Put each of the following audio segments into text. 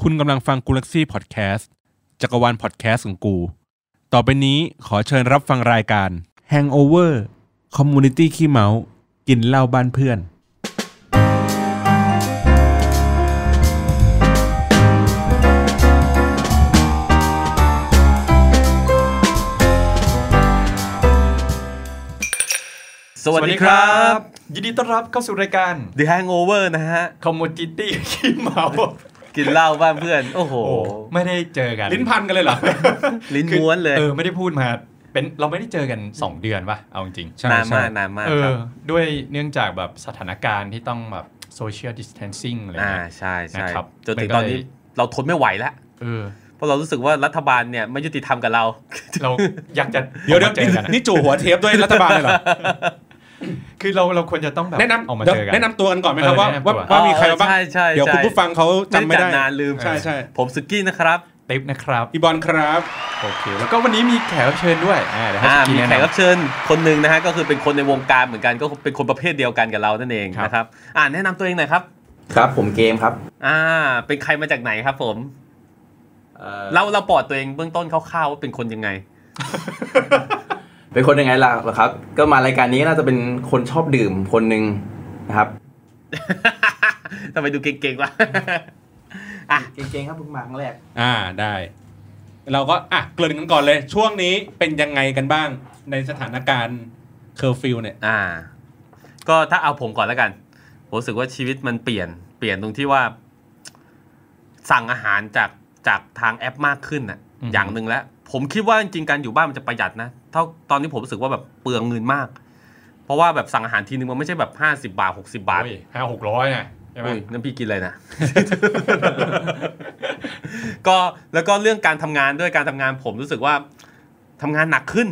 คุณกำลังฟังกูลักซี่พอดแคสต์จักรวาลพอดแคสต์ของกู ต่อไปนี้ขอเชิญรับฟังรายการ Hangover Community ขี้เมา กินเหล้าบ้านเพื่อน สวัสดีครับ ยินดีต้อนรับเข้าสู่รายการ The Hangover นะฮะ c o m m o d i t y ขี้เมา กินเหล้าบ้านเพื่อน โอ้โห โอ้ไม่ได้เจอกัน ลิ้นพันกันเลยเหรอ ลิ้น คือ ม้วนเลย เออไม่ได้พูดมาเป็นเราไม่ได้เจอกัน 2 เดือนป่ะเอาจริง ใช่ นาน ใช่ มากนานมาก เอ ค อ รับ ด้วยเนื่องจากแบบสถานการณ์ที่ต้องแบบ social distancing อะไร อ่า เงี้ย ใช่ใช่ นะครับ จนถึงตมันก็อนนี้ เลย เราทนไม่ไหวแล้ว เออ เพราะเรารู้สึกว่ารัฐบาลเนี่ยไม่ยุติธรรมกับเรา เราอ ยากจะ เดี๋ยวเดี๋ยว ออกมาเจอกันอะ นี่จู่หัวเทปด้วยรัฐบาลเลยเหรอ คือเราเราควรจะต้องแบบ แนะ ออกมาำนเดี๋ยว เจอกัน แนะนำตัวกันก่อนไหมครับ เออ ว่า แนะนำตั ว่าว ว่ามีใครมาบ้าง ใช่ใช่ เดี๋ยวคุณผู้ฟังเขาจำไม่ได้ จันานลืม ใช่ใช่ ผมสุกี้นะครับ ติ๊บนะครับ พี่บอลครับ โอเคแล้วก็วันนี้มีแขกรับเชิญด้วยอ่าเดี๋ยวให้ อ่า ส มี กีแนะ แขกรับ นำ เชิญคนหนึ่งนะฮะก็คือเป็นคนในวงการเหมือนกันก็เป็นคนประเภทเดียวกันกับเรานั่นเอง ครับ นะครับอ่าแนะนำตัวเองหน่อยครับ ครับผมเกมครับ อ่าเป็นใครมาจากไหนครับผม เอ่อ เราเราปอดตัวเองเบื้องต้นคร่าวๆว่าเป็นคนยังไง เป็นคนยังไงล่ะเหรอครับ ก็มารายการนี้น่าจะเป็นคนชอบดื่มคนหนึ่งนะครับ ทำไมดูเก่งๆวะ อ่ะ เก่งๆครับเพิ่งมาครั้งแรก อ่าได้ เราก็อ่ะเกริ่นกันก่อนเลย ช่วงนี้เป็นยังไงกันบ้างในสถานการณ์เคอร์ฟิวเนี่ย อ่า ก็ถ้าเอาผมก่อนแล้วกันผมรู้สึกว่าชีวิตมันเปลี่ยน เปลี่ยนตรงที่ว่า สั่งอาหารจากจากทางแอปมากขึ้นน่ะ อืม อย่างหนึ่งแล้ว ผมคิดว่าจริงๆการอยู่บ้านมันจะประหยัดนะเท่าตอนนี้ผมรู้สึกว่าแบบเปลืองเงินมาก เพราะว่าแบบสั่งอาหารทีนึงมันไม่ใช่แบบห้าสิบาทหกสิบาท โอ้ยห้าหกร้อยนะใช่ไหม อุ้ยนั่นพี่กินอะไรนะ ก็แล้วก็เรื่องการทำงานด้วยการทำงานผมรู้สึกว่าทำงานหนักขึ้น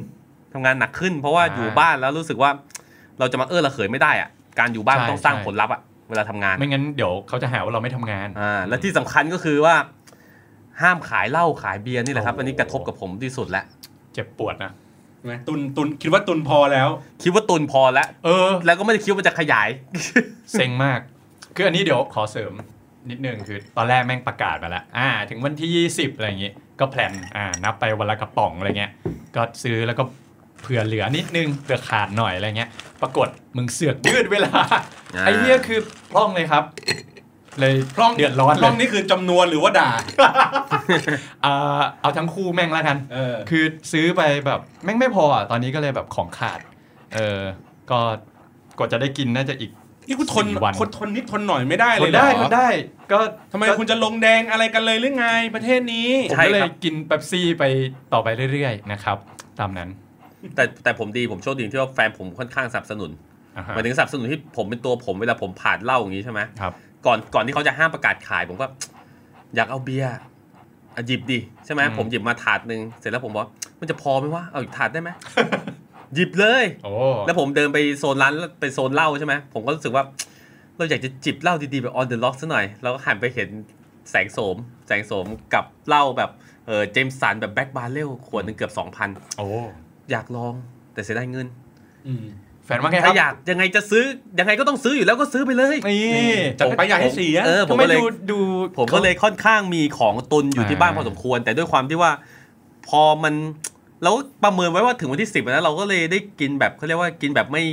ทำงานหนักขึ้น เพราะว่าอยู่บ้านแล้วรู้สึกว่า เราจะมาเออระเหยไม่ได้อะการอยู่บ้านมันต้องสร้างผลลัพธ์อะเวลาทำงาน ไม่งั้นเดี๋ยวเขาจะหาว่าเราไม่ทำงาน อ่าและที่สำคัญก็คือว่า ห้ามขายเหล้าขายเบียร์นี่แหละครับ โอ้โห อันนี้กระทบกับผมที่สุดแล้ว เจ็บปวดนะ ใช่ไหมตุนตุนคิดว่าตุนพอแล้ว คิดว่าตุนพอแล้ว เออ แล้วก็ไม่ได้คิดว่าจะขย าย เซ็งมาก คืออันนี้เดี๋ยวขอเสริมนิดนึงคือตอนแรกแม่งประกาศมาแล้วอ่า ถึงวันที่ 20 อะไรอย่างงี้ ก็แพลนอ่านับไปวันละกระป๋องอะไรเงี้ย ก็ซื้อแล้วก็เผื่อเหลือนิดนึงเผื่อขาดหน่อยอะไรเงี้ย ปรากฏมึงเสือกยืดเวลา อ่า ไอ้เนี้ยคือพร่องเลยครับ เลยพร่องเดือดร้อนเล ร่อง ย นี่คือจำนวนหรือว่าด่า อ่าเอาทั้งคู่แม่งแล้วกัน เออ คือซื้อไปแบบแม่งไม่พออ่ะตอนนี้ก็เลยแบบของขาด เออก็กว่าจะได้กินน่าจะอีก นี่คุณทน สี่วัน คนทนนิดทนหน่อยไม่ได้ ค เลย น เหรอ ได้คนได้ก็ ทำไมคุณจะลงแดงอะไรกันเลยหรือไงประเทศนี้ ผม ใช่ ก็เล ครั ย บ กินเป๊ปซี่ไปต่อไปเรื่อยๆนะครับ ตามนั้น แต่แต่ผมดีผมโชคดีที่ว่าแฟนผมค่อนข้างสนับสนุน อ่าฮะ หมายถึงสนับสนุนที่ผมเป็นตัวผมเวลาผมผ่านเหล้าอย่างนี้ใช่ไหม ครับ ก่อนก่อนที่เขาจะห้ามประกาศขายผมก็ อยากเอาเบียร์อ่ะหยิบดิใช่ไหม อืม ผมหยิบมาถาดหนึ่งเสร็จแล้วผมบอกมันจะพอไหมวะเอาอีกถาดได้ไหม หยิบเลย โอ้ แล้วผมเดินไปโซนร้านไปโซนเหล้าใช่ไหมผมก็รู้สึกว่า เราอยากจะจิบเหล้าดีๆแบบ on the rock ซะหน่อยเราก็หันไปเห็นแสงโสม แสงโสมกับเหล้าแบบเออจมสันแบบแบ็ c บาร์เรลขวดหนึ่งเกือบ2,000 โอ้ อยากลองแต่เสียดายเงิน อืม แฟนว่าไงครั ถ้า บ อยากยังไงจะซื้อยังไงก็ต้องซื้ออยู่แล้วก็ซื้อไปเลย นี่ ผ จัด มไปอยากให้เสีย เออผ ทำ ม ไม ก็เลย ดูดู ผมก็เลยค่อนข้างมีของตุนอยู่ที่บ้าน อ่า พอสมควร แต่ด้วยความที่ว่าพอมันแล้วประเมินไว้ว่าถึงวันที่สิบนะเราก็เลยได้กินแบบเขาเรียกว่ากินแบบไม่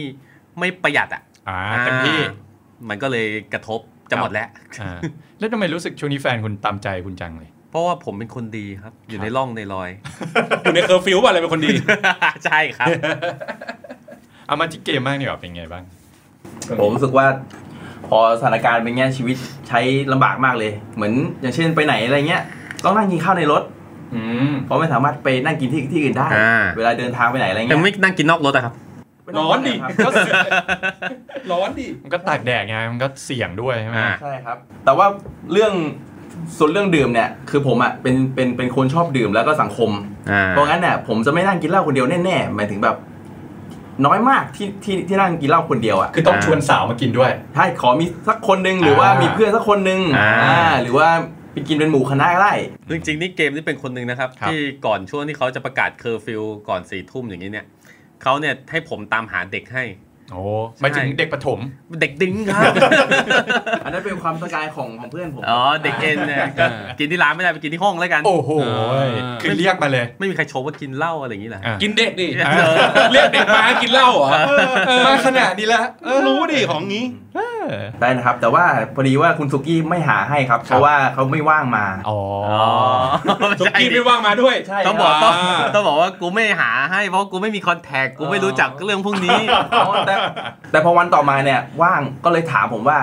ไม่ประหยัดอ่ะ อ่าเต็มที่ อ่ามันก็เลยกระทบจะหมดแล้ว อ่าแล้วทำไมรู้สึกช่วงนี้แฟนคุณตามใจคุณจังเลย เพราะว่าผมเป็นคนดีครับ อยู่ในร่องในรอย อยู่ในเคอร์ฟิวป่ะอะไรเป็นคนดี ใช่ครับ เอามาที่เกมบ้างดีกว่าเป็นไงบ้าง ผมรู้สึกว่า พอสถานการณ์เป็นเงี้ยชีวิตใช้ลำบากมากเลย เหมือนอย่างเช่นไปไหนอะไรเงี้ยต้องนั่งกินข้าวในรถ อืม เพราะไม่สามารถไปนั่งกินที่ที่อื่นได้ อ่า เวลาเดินทางไปไหนอะไร แต่ เงี้ย ไม่นั่งกินนอกรถอะครับ ไม่ต้ง ร้อนดิ ครับ ร้อนดิ มันก็ตากแดดไงมันก็เสี่ยงด้วยใช่ไหม อ่า ใช่ครับ แต่ว่าเรื่องส่วนเรื่องดื่มเนี่ยคือผมอ่ะเป็นเป็นเป็นคนชอบดื่มแล้วก็สังคม อ่า เพราะงั้นเนี่ยผมจะไม่นั่งกินเหล้าคนเดียวแน่ๆหมายถึงแบบ น้อยมากที่ที่ที่นั่งกินเหล้าคนเดียวอ่ะ คือต้องชวนสาวมากินด้วย ใช่ขอมีสักคนหนึงหรือว่า อ่ามี มีเพื่อนสักคนหนึง อ่า อ่าหรือว่าไปกินเป็นหมู่คณะก็ได้ จริงๆนี่เกมนี่เป็นคนหนึ่งนะครับ ครับ ที่ก่อนช่วงที่เขาจะประกาศเคอร์ฟิวก่อนสี่ทุ่มอย่างนี้เนี่ยเขาเนี่ยให้ผมตามหาเด็กให้ โอ้หมายถึงเด็กประถม เด็กดิ้งครับ อันนั้นเป็นความสกายของของเพื่อนผม อ๋อเด็กเอ็นเนี่ยก็ อ่า กินที่ร้านไม่ได้ไปกินที่ห้องแล้วกัน โอ้โหย อ่า คือเรียกมาเลย ไม่มีใครโชว์ว่ากินเหล้าอะไรอย่างนี้แหละ อ่ะ กินเด็กดิ เอ เรียกเด็กมากินเหล้าเหรอ เออเออมาขนาดนี้แล้วเออ รู้ดิของงี้ เออ ได้นะครับ แต่ว่าพอดีว่าคุณสุกี้ไม่หาให้ครับ ครับ เพราะว่าเขาไม่ว่างมา อ๋อ อ๋อ สุ ใช่ กี้ไม่ว่างมาด้วย ใช่ ต้องบอก อ่า ต้องต้องบอกว่ากูไม่หาให้เพราะกูไม่มีคอนแทคกูไม่รู้จักเรื่องพวกนี้ อ๋อแต่แต่พอวันต่อมาเนี่ยว่างก็เลยถามผมว่า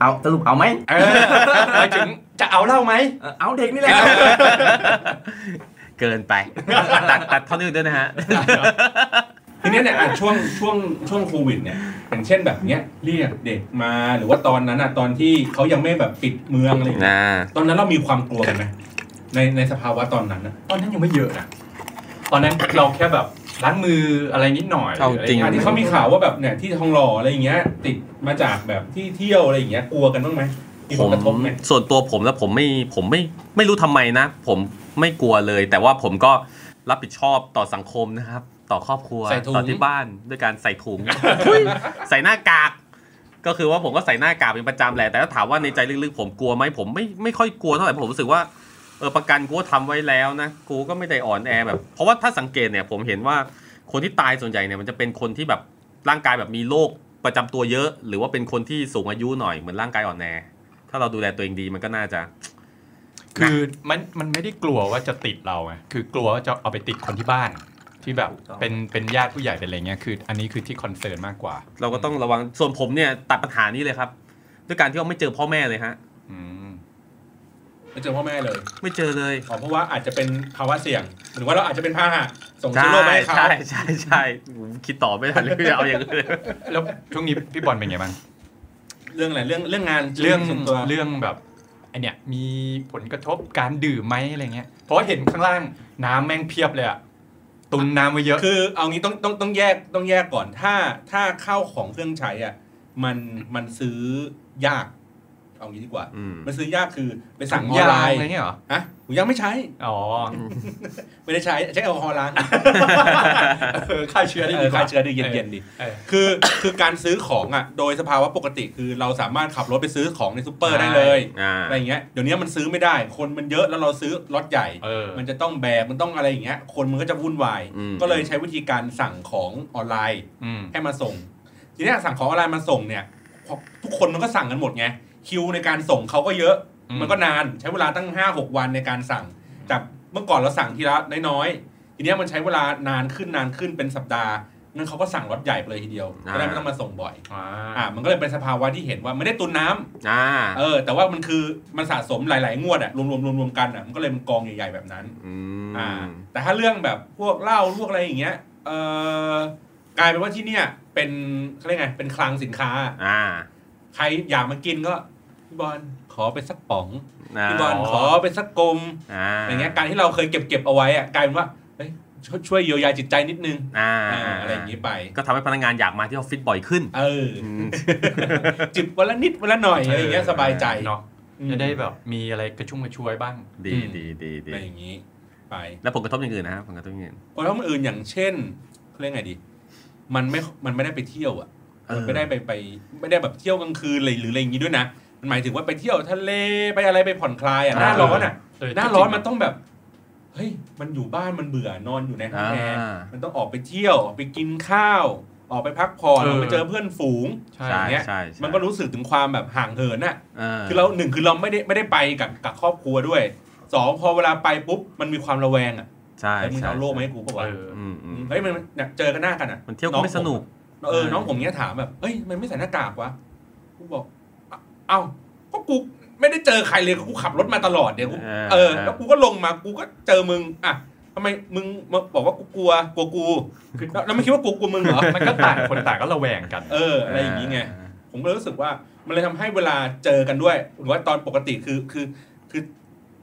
เอาสรุปเอาไหม เออหมายถึงจะเอาเหล้าไหม เออเอาเด็กนี่ แหละ เกินไป ตัดตัดเท่านี้ด้วยนะฮะ ทีเนี้ยเนี่ยอ่ะช่วงช่วงช่วงโควิดเนี่ยอย่างเช่นแบบเนี้ยเรียกเด็กมาหรือว่าตอนนั้นอ่ะตอนที่เขายังไม่แบบปิดเมืองอะไรอย่างเงี้ย นะ ตอนนั้นเรามีความกลัวกันไหมในในสภาวะตอนนั้นนะ ตอนนั้นยังไม่เยอะนะ ตอนนั้นเราแค่แบบล้างมืออะไรนิดหน่อย เอาจริง อ่ะที่เขามีข่าวว่าแบบเนี่ยที่ทองหล่ออะไรอย่างเงี้ย ติดมาจากแบบที่เที่ยวอะไรอย่างเงี้ยกลัวกันบ้างไหมมีผผล ม กระทบไหม ส่วนตัวผมแล้วผมไม่ผมไม่ไม่รู้ทำไมนะ ผมไม่กลัวเลย แต่ว่าผมก็รับผิดชอบต่อสังคมนะครับ ต่อครอบครัว ใส่ถุง ต่อที่บ้านด้วยการใส่ ถุง ใส่หน้ากาก ก็คือว่าผมก็ใส่หน้ากากเป็นประจำแหละแต่ถ้าถามว่าในใจลึกๆผมกลัวไหมผมไม่ไม่ค่อยกลัวเท่าไหร่เพราะผมรู้สึกว่าเออประกันกูก็ทำไว้แล้วนะกูก็ไม่ได้อ่อนแอแบบ เพราะว่าถ้าสังเกตเนี่ยผมเห็นว่าคนที่ตายส่วนใหญ่เนี่ยมันจะเป็นคนที่แบบร่างกายแบบมีโรคประจำตัวเยอะ หรือว่าเป็นคนที่สูงอายุหน่อยเหมือนร่างกายอ่อนแอ ถ้าเราดูแลตัวเองดีมันก็น่าจะ คือมันมันไม่ได้กลัวว่าจะติดเราไงคือกลัวว่าจะเอาไปติดคนที่บ้าน ที่แบบเป็นเป็นญาติผู้ใหญ่เป็นอะไรเงี้ยคือ อันนี้คือที่คอนเซิร์นมากกว่า เราก็ต้องระวังส่วนผมเนี่ยตัดปัญหานี้เลยครับ ด้วยการที่ว่าไม่เจอพ่อแม่เลยฮะ อืม ไม่เจอพ่อแม่เลย ไม่เจอเลย อ๋อเพราะว่าอาจจะเป็นภาวะเสี่ยง หรือว่าเราอาจจะเป็นพาหะส่งเชื้อใช่โรคไปให้เขา ใช่ใช่ใช่ผมคิดต่อไม่ทันเลยจะเอาอย่างอื่นเลย แล้วช่วงนี้พี่บอลเป็นไงบ้าง เรื่องอะไรเรื่องเรื่องงาน เรื่อง ส่วนตัว เรื่องแบบไอเนี้ยมีผลกระทบการดื่มไหมอะไรเงี้ยเพราะเห็นข้างล่างน้ำแม่งเพียบเลยอะตุนน้ำไว้เยอะ คือเอางี้ต้องต้องต้องแยกต้องแยกก่อนถ้าถ้าข้าวของเครื่องใช้อ่ะมันมันซื้อยาก เอางี้ดีกว่า อืม มันซื้อยากคือไปสั่ สั่ งออยงา ไลน์ อะไรเงี้ยเหรอ อะผมยังไม่ใช้ อ๋อ ไม่ได้ใช้ใช้แอลกอฮอล์ ล้าง เออฆ่าเชื้อได้ เอ ดี อก ว่า ฆ่าเชื้อดีเย็นๆดี เออ คือ คือการซื้อของอ่ะโดยสภาวะปกติคือเราสามารถขับรถไปซื้อของในซูเปอร์ได้เลย อ่า อะไรเงี้ยเดี๋ยวนี้มันซื้อไม่ได้ คนมันเยอะแล้วเราซื้อล็อตใหญ่ เออ มันจะต้องแบกมันต้องอะไรอย่างเงี้ย คนมันก็จะวุ่นวาย อืม ก็เลยใช้วิธีการสั่งของออนไลน์ อืม ให้มาส่ง ทีเนี้ยสั่งของออนไลน์มาส่งเนี่ยพอทุกคนมันก็สั่งกันหมดไงคิวในการส่งเขาก็เยอะ อืม มันก็นานใช้เวลาตั้ง 5 6 วันในการสั่งจากเมื่อก่อนเราสั่งทีละน้อยๆทีเนี้ยมันใช้เวลานานขึ้นนานขึ้นเป็นสัปดาห์นั่นเขาก็สั่งรถใหญ่ไปเลยทีเดียวก็ได้ไม่ต้องมาส่งบ่อย อ่า อ่ามันก็เลยเป็นสภาวะที่เห็นว่าไม่ได้ตุนน้ำ อ่า เออ แต่ว่ามันคือมันสะสมหลาย ๆ งวดอะรวมๆรวมๆกันอะมันก็เลยเป็นกองใหญ่ๆแบบนั้น อืม อ่าแต่ถ้าเรื่องแบบพวกเหล้าพวกอะไรอย่างเงี้ยเออกลายเป็นว่าที่เนี่ยเป็นเขาเรียกไงเป็นคลังสินค้า อ่า ใครอยากมากินก็พี่บอลขอไปสักป๋อง า พี่บอล อ๋อ ขอไปสักกลม อ่า อะไรเงี้ยการที่เราเคยเก็บเก็บเอาไว้อะกลายเป็นว่าเฮ้ยช่วยช่วยเยียวยาจิตใจนิดนึง อ่า อ่าอะไรอย่างงี้ไป ก็ทำให้พนักงานอยากมาที่ออฟฟิศบ่อยขึ้น เออ อืม จิบวันละนิดวันละหน่อยอะไรอย่างเงี้ยสบายใจ เนาะ อืม จะได้แบบมีอะไรกระชุ่มกระชวยบ้าง ดีดีดีดี อะไรอย่างงี้ไป แล้วผลกระทบอย่างอื่นนะครับผลกระทบอย่างอื่น ผลกระทบอื่นอย่างเช่นเขาเรียกไงดี มันไม่ มันไม่ได้ไปเที่ยวอ่ะ เออ มันไม่ได้ไปไป ไม่ได้แบบเที่ยวกลางคืนเลยหรืออะไรอย่างงี้ด้วยนะ มันหมายถึงว่าไปเที่ยวทะเลไปอะไรไปผ่อนคลายอ่ะ หน้า อ่า ร้อนอ่ะ เจ หน้าร้อนมันต้องแบบ เฮ้ย มันอยู่บ้านมันเบื่อนอนอยู่ในห้องแอร์อ่ามันต้องออกไปเที่ยวออกไปกินข้าว ออกไปพักผ่อนออกไปเจอเพื่อนฝูง ใช่ ใช่ อย่างเงี้ย ใช่ มันก็รู้สึกถึงความแบบห่างเหินอ่ะ เออ คือเราหนึ่งคือเราไม่ได้ไม่ได้ไปกับกับครอบครัวด้วยสองพอเวลาไปปุ๊บมันมีความระแวงอ่ะ ใช่ เฮ้ยมึง ใช่ เอาโลกมาให้กูปะวะ เออ อืมอืม เฮ้ยมันอยากเจอกันหน้ากันอ่ะ มันเที่ยวก็ไม่สนุก น้องผมเออน้องผมเนี้ยถามแบบเอ้ยมันไม่ใส่หน้ากากวะกูบอกเอ้าเอ้าก็กูไม่ได้เจอใครเลยกูขับรถมาตลอดเนี่ยกู เออ เออแล้วกูก็ลงมากูก็เจอมึงอ่ะทำไมมึงมาบอกว่ากูกลัวกลัวกูแล้วแล้วไม่คิดว่ากลัวกลัวมึงเหรอ มันก็ต่างคนต่างก็ระแวงกัน เอออะไรอย่างงี้ไงผมก็เลยรู้สึกว่ามันเลยทำให้เวลาเจอกันด้วย หรือว่าตอนปกติคือคือคือ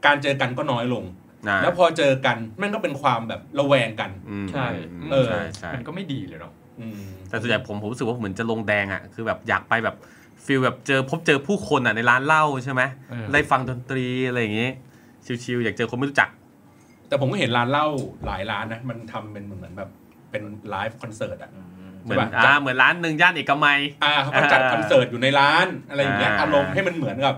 การเจอกันก็น้อยลง อ่า แล้วพอเจอกันมันก็เป็นความแบบระแวงกัน อืม ใช่ อืม เออ ใช่ใช่ มันก็ไม่ดีเลยเนาะ อืม แต่ส่วนใหญ่ผมผมรู้สึกว่าเหมือนจะลงแดงอ่ะคือแบบอยากไปแบบฟิลแบบเจอพบเจอผู้คนอ่ะในร้านเหล้าใช่ไหม เออ ได้ฟังดนตรีอะไรอย่างงี้ชิลๆอยากเจอคนไม่รู้จัก แต่ผมก็เห็นร้านเหล้าหลายร้านนะ มันทำเป็นเหมือนแบบเป็นไลฟ์คอนเสิร์ตอ่ะ เหมือนอ่าเหมือนร้านหนึ่งย่านเอกมัย อ่าเขาก็จัด อ่า คอนเสิร์ตอยู่ในร้านอะไรอย่างเงี้ย อ่า อารมณ์ให้มันเหมือนกับ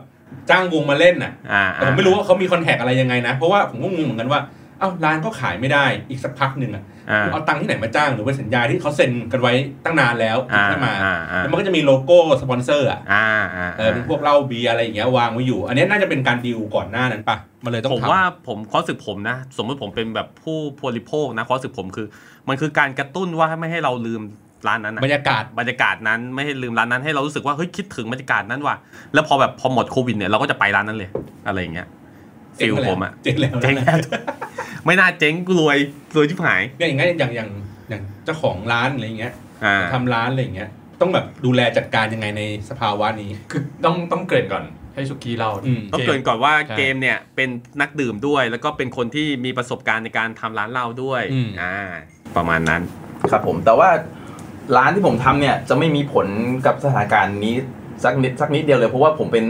จ้างวงมาเล่นน่ะ อ่า แต่ผมไม่รู้ว่าเขามีคอนแทคอะไรยังไงนะ เพราะว่าผมก็งงเหมือนกันว่าเอ้าร้านก็ขายไม่ได้อีกสักพักหนึ่งอ่ะ อ่า เอาตังค์ที่ไหนมาจ้างหรือว่าสัญญาที่เขาเซ็นกันไว้ตั้งนานแล้วถึงให้มา อ่าอ่า แล้วมันก็จะมีโลโก้สปอนเซอร์อ่ะ อ่าอ่า เออเป็นพวกเหล้าเบียร์อะไรอย่างเงี้ยวางไว้อยู่ อันเนี้ยน่าจะเป็นการดีลก่อนหน้านั้นปะมันเลยต้อง ผม ทำ ว่าผมความรู้สึกผมนะ สมมติผมเป็นแบบผู้บริโภคนะความรู้สึกผมคือ มันคือการกระตุ้นว่าไม่ให้เราลืมร้านนั้นนะ บรรยากาศ บรรยากาศนั้นไม่ให้ลืมร้านนั้นให้เรารู้สึกว่าเฮ้ยคิดถึงบรรยากาศนั้นว่ะแล้วพอแบบพอหมดโควิดเนี่ยเราก็จะไปร้านนั้นเลยอะไรอย่างเงี้ยฟิลผมอะ เจ๊งแล้ว เจ๊งแล้วไม่น่าเจ๊งรวยรวยชิบหาย เนี่ยอย่างเงี้ยอย่างอย่างอย่างเจ้าของร้านอะไรอย่างเงี้ย อ่า ทำร้านอะไรอย่างเงี้ยต้องแบบดูแลจัดการยังไงในสภาวะนี้ คือต้องต้องเกริ่นก่อนให้สุกี้เล่า อืม ต้องเกรินก่อนว่า ใช่ เกมเนี่ยเป็นนักดื่มด้วย แล้วก็เป็นคนที่มีประสบการณ์ในการทำร้านเหล้าด้วย อืม อ่าประมาณนั้น ครับผมแต่ว่าร้านที่ผมทำเนี่ยจะไม่มีผลกับสถานการณ์นี้สักนิดสักนิดเดียวเลยเพราะว่าผมเป็น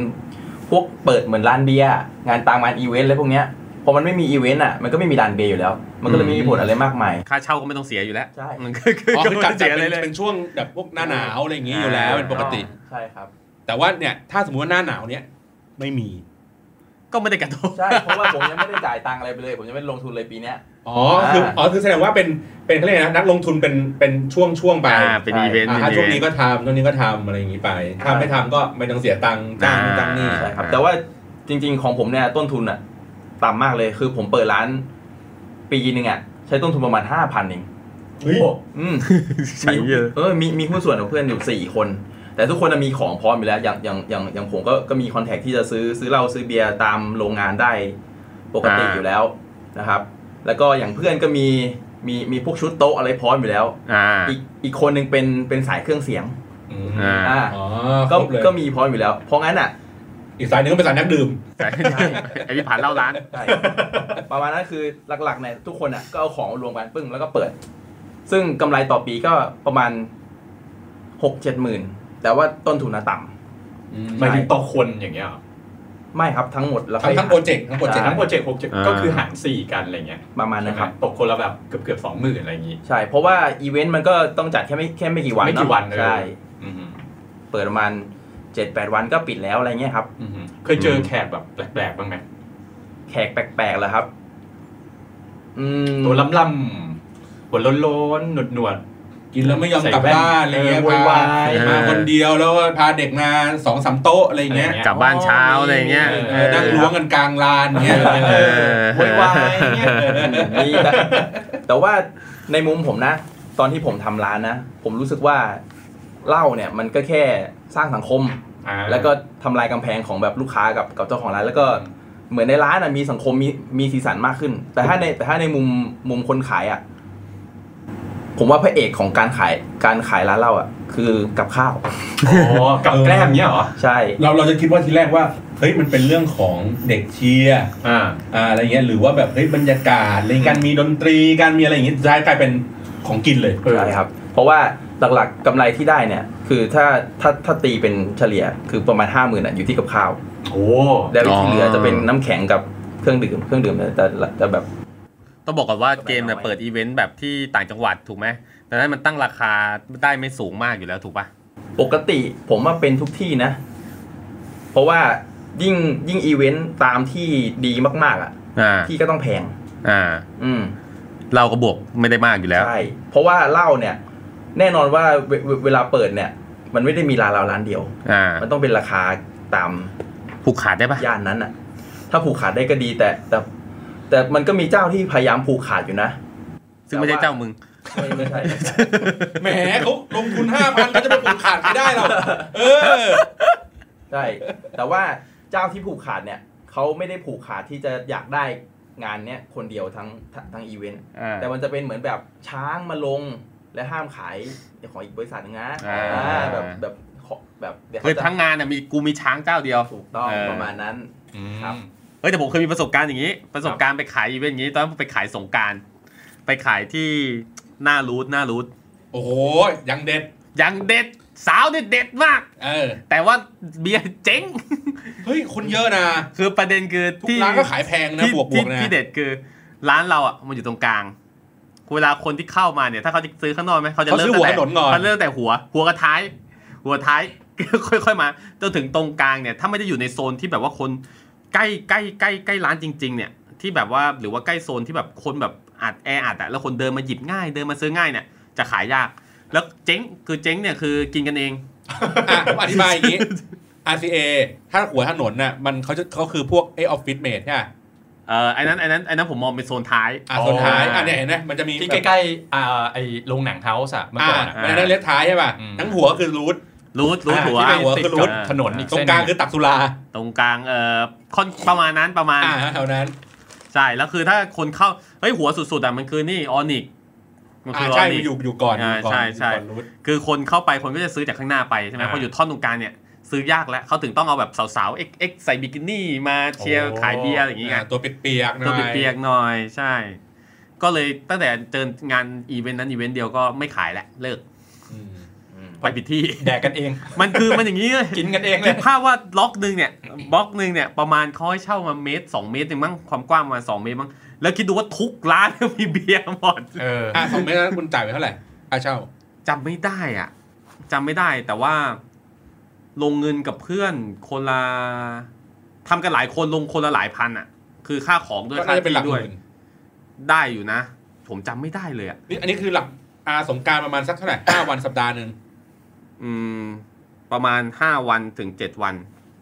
พวกเปิดเหมือนร้านเบียร์งานตามงานอีเวนต์อะไรพวกเนี้ยพอมันไม่มีอีเวนต์อ่ะมันก็ไม่มีร้านเบียร์อยู่แล้ว มันก็เลยไม่มีผลอะไรมากมาย ค่าเช่าก็ไม่ต้องเสียอยู่แล้ว ใช่ มันคือคือ อ๋อ ก็ คือ ไม่ จั ต้ ด อง จั เสี ด ยอะไร เป็น เลย เป็นช่วงแบบพวกหน้าหนาวอะไรอย่างงี้อยู่แล้ว อ่า เป็นปกติ ใช่ครับ แต่ว่าเนี่ยถ้าสมมติว่าหน้าหนาวเนี้ยไม่มี ก็ไม่ได้กระทบ ใช่ เพราะว่าผมยังไม่ได้จ่ายตังค์อะไรไปเลย ผมยังไม่ได้ลงทุนเลยปีเนี้ย อ๋อคืออ๋อคือแสดงว่าเป็นเป็นเขาเรียกอะไรนะนักลงทุนเป็นเป็นช่วงช่วงๆไป อ่าเป็นอีเวนต์ อ่า เป็ ถ้าช่วง อีนี้เวต์ ก็ทำช่วงนี้ก็ทำอะไรอย่างงี้ไป ถ้า ใช่ ไม่ทำก็ไม่ต้องเสียตังค์จ้างนู่นจ้างนี่ อ่า ใช่ครับ แต่ว่าจริง ๆ ของผมเนี่ยต้นทุนอะต่ำมากเลย คือผมเปิดร้าน ปีหนึ่งอะใช้ต้นทุนประมาณห้าพันเอง เฮ้ย อืม ใช่เยอะ เออมีมีหุ้นส่วนของเพื่อนอยู่สี่คน แต่ทุกคนน่ะมีของพร้อมอยู่แล้ว อย่างอย่างอย่างอย่างผมก็ก็มีคอนแทคที่จะซื้อซื้อเหล้าซื้อเบียร์ตามโรงงานได้ปกติ อ่า อยู่แล้วนะครับ แล้วก็อย่างเพื่อนก็มีมีมีพวกชุดโต๊ะอะไรพร้อมอยู่แล้ว อ่า อีกอีกคนหนึ่งเป็นเป็นสายเครื่องเสียง อืม อ่า อ่า อ๋อค ก็ รบเลย ก็มีพร้อมอยู่แล้ว เพราะงั้นอ่ะ อีกสายหนึงก็เป็นสายนักดื่ม แต่ ไอ้ที่ผ่านเล่าร้าน ใช่ ประมาณนั้นคือหลักๆเนี่ยทุกคนอ่ะก็เอาของมารวมกันปึ้งแล้วก็เปิด ซึ่งกำไรต่อปีก็ประมาณหกเจ็ดหมื่นแต่ว่าต้นทุนน่ะต่ำ หมายถึงต่อคนอย่างเงี้ยเหรอ ไม่ครับทั้งหมดเรา ทั้งทั้งโปรเจกต์ทั้งโปรเจกต์ ทั้ ทั้ ง ง โป โป ร ร เจกต์หกเจ็ด อ่า ก็คือหารสี่กันอะไรเงี้ย ประมาณ ใช่ นั้น ไหม ครับ ตกคนละแบบเกือบเกือบสองหมื่นอะไรอย่างงี้ ใช่ เพราะว่าอีเวนต์มันก็ต้องจัดแค่ไม่แค่ไม่กี่วัน ไม่กี่ เอะ วันเลย ใช่ อืม เปิดประมาณเจ็ดแปดวันก็ปิดแล้วอะไรเงี้ยครับ อืมเคยเจอแขกแบบแปลกๆบ้างไหม แขกแปลกๆเหรอครับ อืม ตัวล่ำๆหัวโล้นๆหนวดหนวด กินแล้วไม่ยอมกลับบ้านอะไรเงี้ย เออโวยวาย พามาคนเดียวแล้วก็พาเด็กมาสองสามโต๊ะอะไรเงี้ย อะไรเงี้ย กลับบ้านเช้าอะไรเงี้ย เออนั่งล้วงกันกลางลานเงี้ย เอ เออ ๆโวยวายเงี้ย มีแต่แต่ว่าในมุมผมนะ ตอนที่ผมทำร้านนะ ผมรู้สึกว่าเหล้าเนี่ย มันก็แค่สร้างสังคม อ่า แล้วก็ทำลายกำแพงของแบบลูกค้ากับกับเจ้าของร้าน แล้วก็เหมือนในร้านอ่ะมีสังคมมีมีสีสันมากขึ้น แต่ถ้าในแต่ถ้าในมุมมุมคนขายอ่ะผมว่าพระเอกของการขายการขายร้านเราอ่ะ คือกับข้าว อ๋อกับแกล้มเงี้ยเหรอ ใช่ เราเราจะคิดว่าทีแรกว่าเฮ้ยมันเป็นเรื่องของเด็กเชียร์ อ่า อ่าอะไรเงี้ยหรือว่าแบบเฮ้ยบรรยากาศอะไรการมีดนตรีการมีอะไรอย่างเงี้ยสุดท้ายกลายเป็นของกินเลย เออ ใช่ครับ เพราะว่าหลักๆกำไรที่ได้เนี่ย คือถ้าถ้าถ้าตีเป็นเฉลี่ยคือประมาณห้าหมื่นอ่ะอยู่ที่กับข้าว โอ้ แล้วที่เหลือ อ จะเป็นน้ำแข็งกับเครื่องดื่มเครื่องดื่มเนี่ยแต่แต่แบบ ต้องบอกก่อนว่า ก็แบ่ง เกมเนี่ย เอาไว้ เปิดอีเวนต์แบบที่ต่างจังหวัดถูกไหมแต่นั้นมันตั้งราคาได้ไม่สูงมากอยู่แล้วถูกปะ ปกติผมว่าเป็นทุกที่นะ เพราะว่ายิ่งยิ่งอีเวนต์ตามที่ดีมากๆ อ่ะ อ่า ที่ก็ต้องแพง อ่า อืม เราก็บวกไม่ได้มากอยู่แล้ว ใช่เพราะว่าเหล้าเนี่ย แน่นอนว่าเวเวเวลาเปิดเนี่ย มันไม่ได้มีร้านเราร้านเดียว อ่า มันต้องเป็นราคาตาม ผูกขาดได้ปะ ย่านนั้นอ่ะ ถ้าผูกขาดได้ก็ดีแต่แต่ แต่มันก็มีเจ้าที่พยายามผูกขาดอยู่นะ ซึ่งไม่ใช่เจ้ามึง ไม่ไม่ใช่ แหมเขาลงทุนห้าพันเขาจะไปผูกขาดไม่ได้หรอกเออ ใช่แต่ว่าเจ้าที่ผูกขาดเนี่ยเขาไม่ได้ผูกขาดที่จะอยากได้งานเนี้ยคนเดียวทั้งทั้งทั้งอีเวนต์ อ่า แต่มันจะเป็นเหมือนแบบช้างมาลงและห้ามขายของอีกบริษัทหนึงนะ อ่า อ่าแบบแบบขอแบบเดี๋ยว เฮ้ย เขาจะ ทั้งงานน่ะมีกูมีช้างเจ้าเดียว ถูกต้อง เออ ประมาณนั้น ค ครั รับ บ เฮ้ยแต่ผมเคยมีประสบการณ์อย่างนี้ ประสบการณ์ไปขายอีเวนต์อย่างนี้ตอนผมไปขายสงกรารไปขายที่หน้ารูทหน้ารูท โอ้โหยังเด็ด ยังเด็ดสาวเด็ดเด็ดมาก เออ แต่ว่าเบียร์เจ๊ง เฮ้ยคนเยอะนะ คือประเด็นคือ ทุก ที่ ร้านก็ขายแพงนะ ที่ บวกบว ที่ กนะ ที่เด็ดคือร้านเราอ่ะมันอยู่ตรงกลาง เวลาคนที่เข้ามาเนี่ยถ้าเขาจะซื้อข้างนอกไหมเขาจะ เขา เริ่ม ซื้อ ตั้งหัวถแต่นนก่อน เขาเริ่มตั้งแต่หัว หัวกับท้าย หัวท้าย ค่อยๆมาจนถึงตรงกลางเนี่ย ถ้าไม่ได้อยู่ในโซนที่แบบว่าคนใกล้ใกล้ใกล้ใกล้ร้านจริง ๆ เนี่ยที่แบบว่าหรือว่าใกล้โซนที่แบบคนแบบอัดแออัดอะแล้วคนเดินมาหยิบง่าย เดินมาซื้อง่ายเนี่ยจะขายยาก แล้วเจ๊งคือเจ๊งเนี่ยคือกินกันเอง อ่ะผมอธิบายอย่างนี้ RCA ถ้าหัวถนนน่ะมันเขาจะเขาคือพวกไอออฟฟิศเมดใช่ไหม เออไอ้นั้นไอ้นั้นไอ้นั้นผมมองเป็นโซนท้าย อ่ะส่วนท้ายอ่ะเนี่ยเห็นไหมมันจะมี ที่ แบบ ใกล้ๆอ่าไอ้โรงหนังเฮาส์อะเมื่อ อ่ะ ก่อนอะ มันจะเรียกท้ายใช่ป่ะ อืม ทั้งหัวคือรูท รูทรูท อ่า หัว ที่เป็นหัว ติด คือรูทกับถนนอีก ตรง เส้น กลางคือตักสุรา ตรงกลางเอ่อค่อนประมาณนั้นประมาณ อ่าแถวนั้น ใช่ แล้วคือถ้าคนเข้า เฮ้ย หัวสุดๆอ่ะมันคือนี่ออนิกมัน อ่า คืออ ใช่ อ มั นิ น ก อยู่อยู่ก่อน อ่า อยู่ก่อน ใช่ใช่ อยู่ก่อนรูท คือคนเข้าไปคนก็จะซื้อจากข้างหน้าไปใช่ไหม อ่า พออยู่ท่อนตรงกลางเนี่ย ซื้อยากแล้วเขาถึงต้องเอาแบบสาวๆเอ็กเอ็กใส่บิกินี่มาเชียร์ โอ้ ขายเบียร์อย่างงี้ไง อ่าตัวเปียกๆหน่อย ตัวเปียกๆหน่อยใช่ ก็เลยตั้งแต่เจองานอีเวนต์นั้นอีเวนต์เดียวก็ไม่ขายแล้วเลิก อืม ไปผิดที่ แดกกันเอง มันคือมันอย่างนี้เลย กินกันเองเล คิ ย ดภาพว่าล็อกหนึ่งเนี่ยบล็อกหนึ่งเนี่ยประมาณเขาให้เช่ามาเมตรสองเมตรเองมั้งความกว้างประมาณสองเมตรมั้งแล้วคิดดูว่าทุกร้าน มีเบียร์หมด เออ อ่ะสองเมตรนั้นคุณจ่ายไปเท่าไหร่ค่าเช่า จำไม่ได้อ่ะจำไม่ได้แต่ว่า ลงเงินกับเพื่อนคนละทำกันหลายคนลงคนละหลายพันอ่ะ คือค่าของด้วย ก็ ค่า น่าจะเป็นหลักหที่ด้วย มื่น ได้อยู่นะ ผมจำไม่ได้เลยอ่ะ นี่อันนี้คือหลักอาสงกรารประมาณสักเท่าไหร่ห้าวันสัปดาห์หนึ่ง อืม ประมาณห้าวันถึงเจ็ดวัน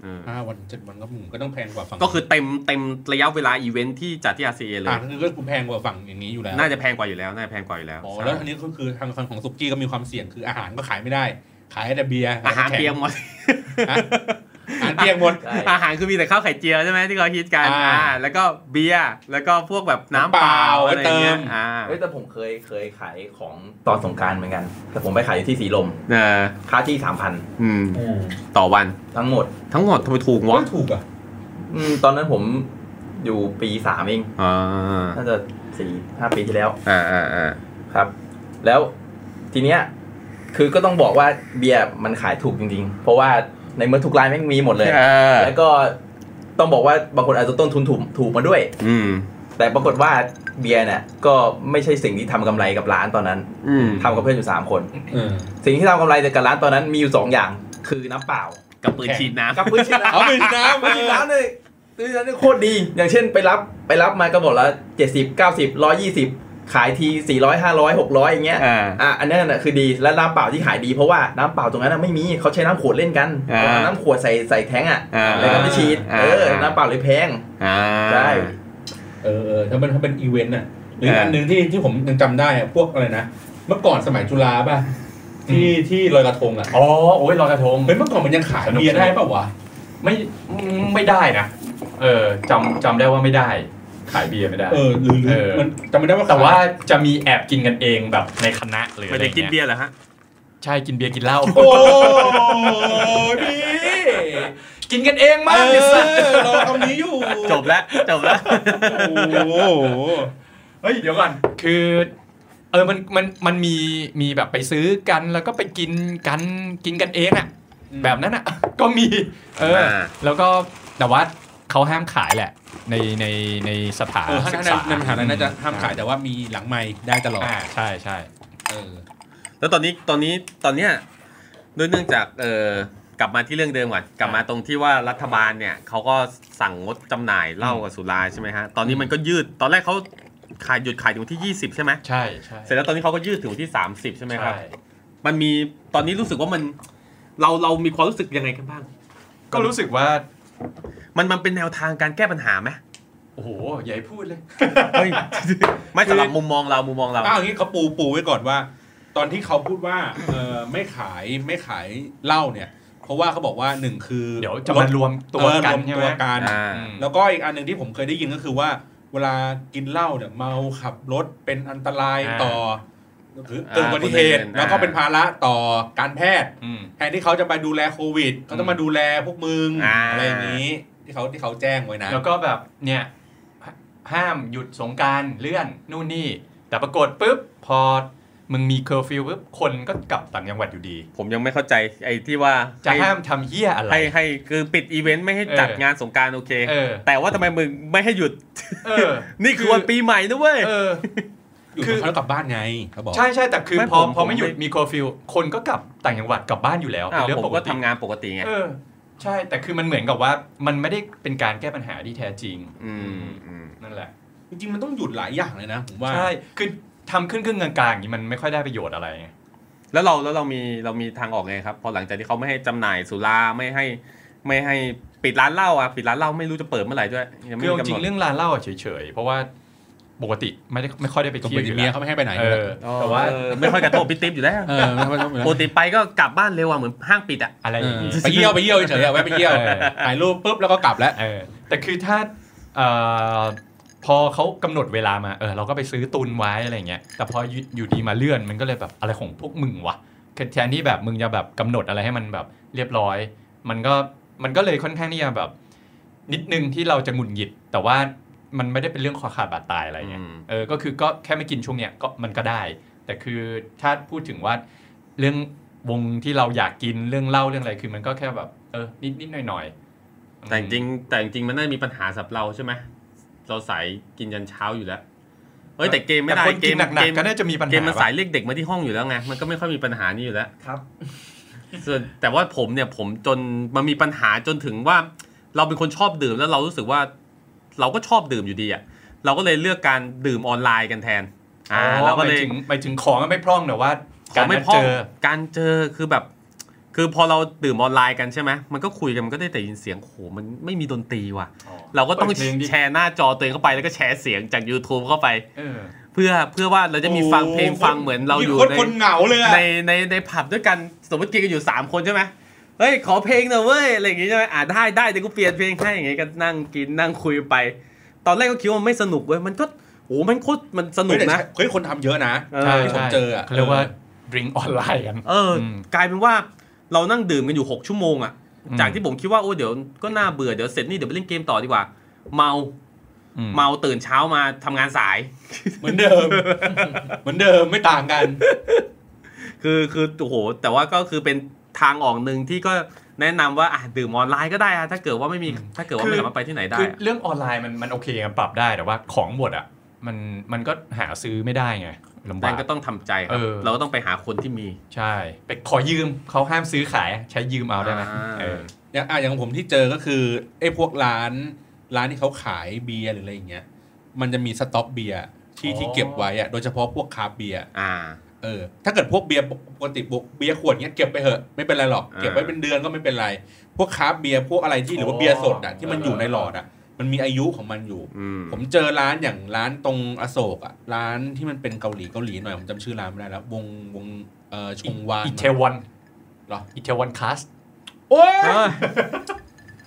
เออ ห้าวันเจ็ดวันก็หมื่นก็ต้องแพงกว่าฝั่ง ก็คือเต็มเต็มระยะเวลาอีเวนท์ที่จัดที่อาเซียเล อ่าย คือก็คุณแพงกว่าฝั่งอย่างนี้อยู่แล้ว น่าจะแพงกว่าอยู่แล้วน่าจะแพงกว่าอยู่แล้ว อ๋อแล้วอันนี้ก็คือทางฝั่งของสุกี้ก็มีความเสี่ยงคืออาหารก็ขายไม่ได้ ขายแต่เบียร์ อาหาร แข็ง เปียกหมด ฮะอาหารเปียกหมด ใช่ อาหารคือมีแต่ข้าวไข่เจียวใช่ไหมที่เขาฮิตกัน อ่า อ่าแล้วก็เบียร์ แล้วก็พวกแบบน้ำเปล่า น้ำเปล่า อะไรเงี้ไว้เติยม อ่า เฮ้ยแต่ผมเคยเคยขายของตอนสงกรารเหมือนกัน แต่ผมไปขายอยู่ที่สีลม เออ ค่าที่สามพัน อืม ต่อวัน ทั้งหมด ทั้งหมดทำไมถูกวะ ก็ถูกอ่ะ อืมตอนนั้นผมอยู่ปีสามเอง อ่า น่าจะสี่ห้าปีที่แล้ว อ่าอ่าอ่า ครับ แล้วทีเนี้ยคือก็ต้องบอกว่าเบียร์มันขายถูกจริงๆ เพราะว่าในเมื่อทุกร้านแม่งมีหมดเลย เออ แล้วก็ต้องบอกว่าบางคนอาจจะต้นทุนถูกถูกมาด้วย อืม แต่ปรากฏว่าเบียร์เนี่ยก็ไม่ใช่สิ่งที่ทำกำไรกับร้านตอนนั้น อืม ทำกับเพื่อนอยู่สามคน เออ สิ่งที่ทำกำไรกับร้านตอนนั้นมีอยู่สองอย่างคือน้ำเปล่า กับปืนฉีดน้ำ กับพื้นชิน เอา น้ำ ไปสิน้ำ พื้นชินน้ำเลยพื้นชินน้ำเนี่ยโคตรดี อย่างเช่นไปรับไปรับมากระบอกละเจ็ดสิบเก้าสิบร้อยยี่สิบขายทีสี่ร้อยห้าร้อยหกร้อยอย่างเงี้ย อ่า อ่ะอันนั้นน่ะคือดีและน้ำเปล่าที่ขายดีเพราะว่าน้ำเปล่าตรงนั้นนะไม่มีเขาใช้น้ำขวดเล่นกัน อ่า เอาน้ำขวดใส่ใส่แท้งอ่ะ อ่า แล้วก็ไม่ฉีด อ่า เออน้ำเปล่าเลยแพง อ่า ใช่ เออเออถ้าเป็นถ้าเป็นอีเวนต์น่ะหรืออันหนึ่งที่ที่ผมยังจำได้อะพวกอะไรนะเมื่อก่อนสมัยจุฬาป่ะที่ที่ลอยกระทงอ่ะ อ๋อ โอ้ยลอยกระทง เฮ้ยเมื่อก่อนมันยังขายเบียร์ได้ป่าววะ ไม่ไม่ได้นะ เออจำจำได้ว่าไม่ได้ ขายเบียร์ไม่ได้ เออหรือหรือ เออ มันจำไม่ได้ว่า แต่ว่าจะมีแอบกินกันเองแบบในคณะหรือ ไม่ อะไร ได้กิน เงี้ย เบียร์เหรอฮะ ใช่กินเบียร์กินเหล้า โอ้ยพี่ กินกันเองมาก เอ เนี่ยสัส อรอตรงนี้อยู่ จบแล้วจบแล้ว โอ้โห เฮ้ยเดี๋ยวก่อนคือ เออมันมันมันมีมีแบบไปซื้อกันแล้วก็ไปกินกันกินกันเองอะแบบนั้นอะ ก็มีเอออา แล้วก็แต่ว่าเขาห้ามขายแหละ ในในในสถาน เออ ศึ ถ้าก ใน ษา ในมหาลัยน่าจะห้ามขายแต่ว่ามีหลังไม้ได้ตลอด อ่าใช่ใช่ เออ แล้วตอนนี้ตอนนี้ตอนเนี้ยด้วยเนื่องจากเออกลับมาที่เรื่องเดิมก่อนกลับมาตรงที่ว่ารัฐบาลเนี่ยเขาก็สั่งงดจำหน่ายเหล้ากับสุราใช่ไหมฮะตอนนี้มันก็ยืดตอนแรกเขาขายหยุดขายถึงวันที่ 20 ใช่ไหม ใช่ใช่ เสร็จแล้วตอนนี้เขาก็ยืดถึงวันที่ 30 ใช่ไหมครับ ใช่ มันมีตอนนี้รู้สึกว่ามันเราเรามีความรู้สึกยังไงกันบ้าง ก็รู้สึกว่า มันมันเป็นแนวทางการแก้ปัญหาไหม โอ้โหอย่าให้พูดเลย ไม่สำหรับมุมมองเรามุมมองเรา เอาอย่างนี้เขาปูปูไว้ก่อนว่า ตอนที่เขาพูดว่าเออไม่ขายไม่ขายเหล้าเนี่ย เพราะว่าเขาบอกว่าหนึ่งคือ เดี๋ยวจะมารวมตัวกัน เออรว ใช่ไหม ตัวกัน อ่า อืม แล้วก็อีกอันหนึ่งที่ผมเคยได้ยินก็คือว่า เวลากินเหล้าเนี่ยเมาขับรถเป็นอันตรายต่อคือเกิดอุบัติเหตุ อ่า แล้วก็เป็นภาระต่อการแพทย์ อืม แทนที่เขาจะไปดูแลโควิดเขาต้องมาดูแลพวกมึง อ่า อะไรอย่างนี้ ที่เขาที่เขาแจ้งไว้นะ แล้วก็แบบเนี่ยหห้ามหยุดสงกรารเลื่อนนู่นนี่ แต่ปรากฏปุ๊บพอมึงมีเคอร์ฟิวปุ๊บคนก็กลับต่างจังหวัดอยู่ดี ผมยังไม่เข้าใจไอ้ที่ว่า จะ ให้ ห้ามทำเหี้ยอะไร ให้ให้คือปิดอีเวนต์ไม่ให้จัด เออ งานสงกรารโอเค เออ แต่ว่าทำไมมึงไม่ให้หยุด เออ นี่คือวันปีใหม่นะเว้ย เออ อยู่ คือ เขาแล้วกลับบ้านไงเขาบอก ใช่ใช่แต่คือ ไม่ พอ ผม พอไม่หยุด ผมไม่ มีโคฟิลคนก็กลับต่างจังหวัดกลับบ้านอยู่แล้วเป็ อ้าน ว เรื่อง ผม ปก ก็ ติ ทำงานปกติไง เออ ใช่แต่คือมันเหมือนกับว่ามันไม่ได้เป็นการแก้ปัญหาที่แท้จริง อืมอืม นั่นแหละ จริงๆมันต้องหยุดหลายอย่างเลยนะผมว่า ใช่ คือทำขึ้นครึ่งกลางๆอย่างนี้มันไม่ค่อยได้ประโยชน์อะไรไง แล้วเราแล้วเรามีเรามีทางออกไงครับ พอหลังจากที่เขาไม่ให้จำหน่ายสุราไม่ให้ไม่ให้ปิดร้านเหล้าอ่ะปิดร้านเหล้าไม่รู้จะเปิดเมื่อไหร่ด้วยยัง คื ไม่ อ มี เอาจ กำห ริ นด งเรื่องร้านเหล้าอะเฉยๆ เพราะว่าปกติไม่ได้ไม่ค่อยได้ไป ตรง เที่ย ไป วอ ที่ ยู่ เมีย แล้ว เขาไม่ให้ไปไหน เอ ด้วย อ อ๋อ แต่ว่า เออไม่ค่อยกระทบพี่ติ๊บอยู่แล้ว เออไม่ให้ไป ปกติไปก็กลับบ้านเร็วอะเหมือนห้างปิดอ่ะ อะไร เอ อย่า อง นี้ ไปเยี่ยวไปเยี่ยวเฉยๆอะแวะไปเยี่ยว เออ ถ่ายรูปปุ๊บแล้วก็กลับแล้ว เออแต่คือถ้าเอ่อพอเขากำหนดเวลามาเออเราก็ไปซื้อตุนไว้อะไรเงี้ยแต่พออยู่อยู่ดีมาเลื่อนมันก็เลยแบบอะไรของพวกมึงวะแทนที่แบบมึงจะแบบกำหนดอะไรให้มันแบบเรียบร้อย มันก็มันก็เลยค่อนข้างที่จะแบบ นิดนึงที่เราจะหงุดหงิด แต่ว่ามันไม่ได้เป็นเรื่องคอขาดบาดตายอะไรเงี้ย อืม เออก็คือก็แค่ไม่กินช่วงเนี้ยก็มันก็ได้ แต่คือถ้าพูดถึงว่าเรื่องวงที่เราอยากกินเรื่องเล่าเรื่องอะไรคือมันก็แค่แบบเออนิดนิดหน่อยหน่อยๆ แต่จริงๆแต่จริงๆมันน่าจะมีปัญหาสำหรับเราใช่ไหมเราสายกินยันเช้าอยู่แล้วเฮ้ยแต่เกมไม่ได้ แต่คน เก กิ ม นหนัก เกม ๆก็น่าจะมีปัญหา เกมมัน ปะ สายเรียกเด็กมาที่ห้องอยู่แล้วไงมันก็ไม่ค่อยมีปัญหานี้อยู่แล้ว ครับ ส่วนแต่ว่าผมเนี่ยผมจนมันมีปัญหาจนถึงว่า เราเป็นคนชอบดื่มแล้วเรารู้สึกว่า เราก็ชอบดื่มอยู่ดีอ่ะเราก็เลยเลือกการดื่มออนไลน์กันแทน อ๋ อ่า อ เราก็เลย ไปถึงไปถึงของมันไม่พร่องแต่ว่าการ ไม่ นัด พ่อ เจ ง อ การเจอคือแบบ คือพอเราดื่มออนไลน์กันใช่ไหมมันก็คุยกันมันก็ได้แต่ยินเสียงโหมันไม่มีดนตรีว่ะ อ๋อ เราก็ต้อง เปิดเพลงดิ แชร์หน้าจอตัวเองเข้าไปแล้วก็แชร์เสียงจาก YouTube เข้าไป เออ เพื่อเพื่อว่าเราจะมีฟังเพลงฟังเหมือนเราอยู่ คน ใน คนเหงาเลยอะ ในในในผับด้วยกันสมมติกินกันอยู่ 3 คนใช่ไหมเฮ้ยขอเพลงหน่อยเว้ยอะไรอย่างงี้ใช่ไหมอ่าได้ได้เดี๋ยวกูเปลี่ยนเพลงให้อย่างงี้ก็นั่งกินนั่งคุยไป ตอนแรกก็คิดว่ามันไม่สนุกเว้ยมันก็โอ้มันโคตรมันสนุ เฮ้ย ก แต่ นะ เฮ้ยคนทำเยอะนะ เออ ใช่ ผม ใช่ เจออะ เขาเรียกว่าดริงออนไลน์กัน เอออ ม กลายเป็นว่าเรานั่งดื่มกันอยู่ 6 ชั่วโมงอะ อืม จากที่ผมคิดว่าโอ้เดี๋ยวก็น่าเบื่อเดี๋ยวเสร็จนี่เดี๋ยวไปเล่นเกมต่อดีกว่า เมา อืม เมาตื่นเช้ามาทำงานสาย เหมือนเดิม เหมือนเดิมไม่ต่างกัน คือคือโอ้โหแต่ว่าก็คือเป็นทางออกหนึ่งที่ก็แนะนำว่าอ่ะดื่มออนไลน์ก็ได้อะถ้าเกิดว่าไม่มีถ้าเกิดว่าไม่สามารถไปที่ไหนได้ คือ อะ เรื่องออนไลน์มันมันโอเคมันปรับได้แต่ว่าของหมดอ่ะมันมันก็หาซื้อไม่ได้ไงลำบา นั่ ก นก็ต้องทำใจครั เอบ อ เราก็ต้องไปหาคนที่มี ใช่ ไปขอยืมเขาห้ามซื้อขายใช้ยืมเอาได้ไหม อ่า เออ อย่างอ่ะอย่างผมที่เจอก็คือไอ้พวกร้านร้านที่เขาขายเบียร์หรืออะไรอย่างเงี้ยมันจะมีสต็อกเบียร์ที่ อ๋อ ที่เก็บไว้อะโดยเฉพาะพวกคราฟต์เบียร์ อ่า เออถ้าเกิดพวกเบียร์ปกติพวกเบียร์ขวดเงี้ยเก็บไปเหอะไม่เป็นไรหรอก อ่า เก็บไว้เป็นเดือนก็ไม่เป็นไรพวกคราฟต์เบียร์พวกอะไรที่หรือว่าเบียร์สดอะที่มันอยู่ในหลอดอะมันมีอายุของมันอยู่ อืม ผมเจอร้านอย่างร้านตรงอโศกอะร้านที่มันเป็นเกาหลีเกาหลีหน่อยผมจำชื่อร้านไม่ได้แล้ววงวงเอ่อชงวาน อิเทวอน เหรอ อิเทวอนคลาส โอ้ย เออ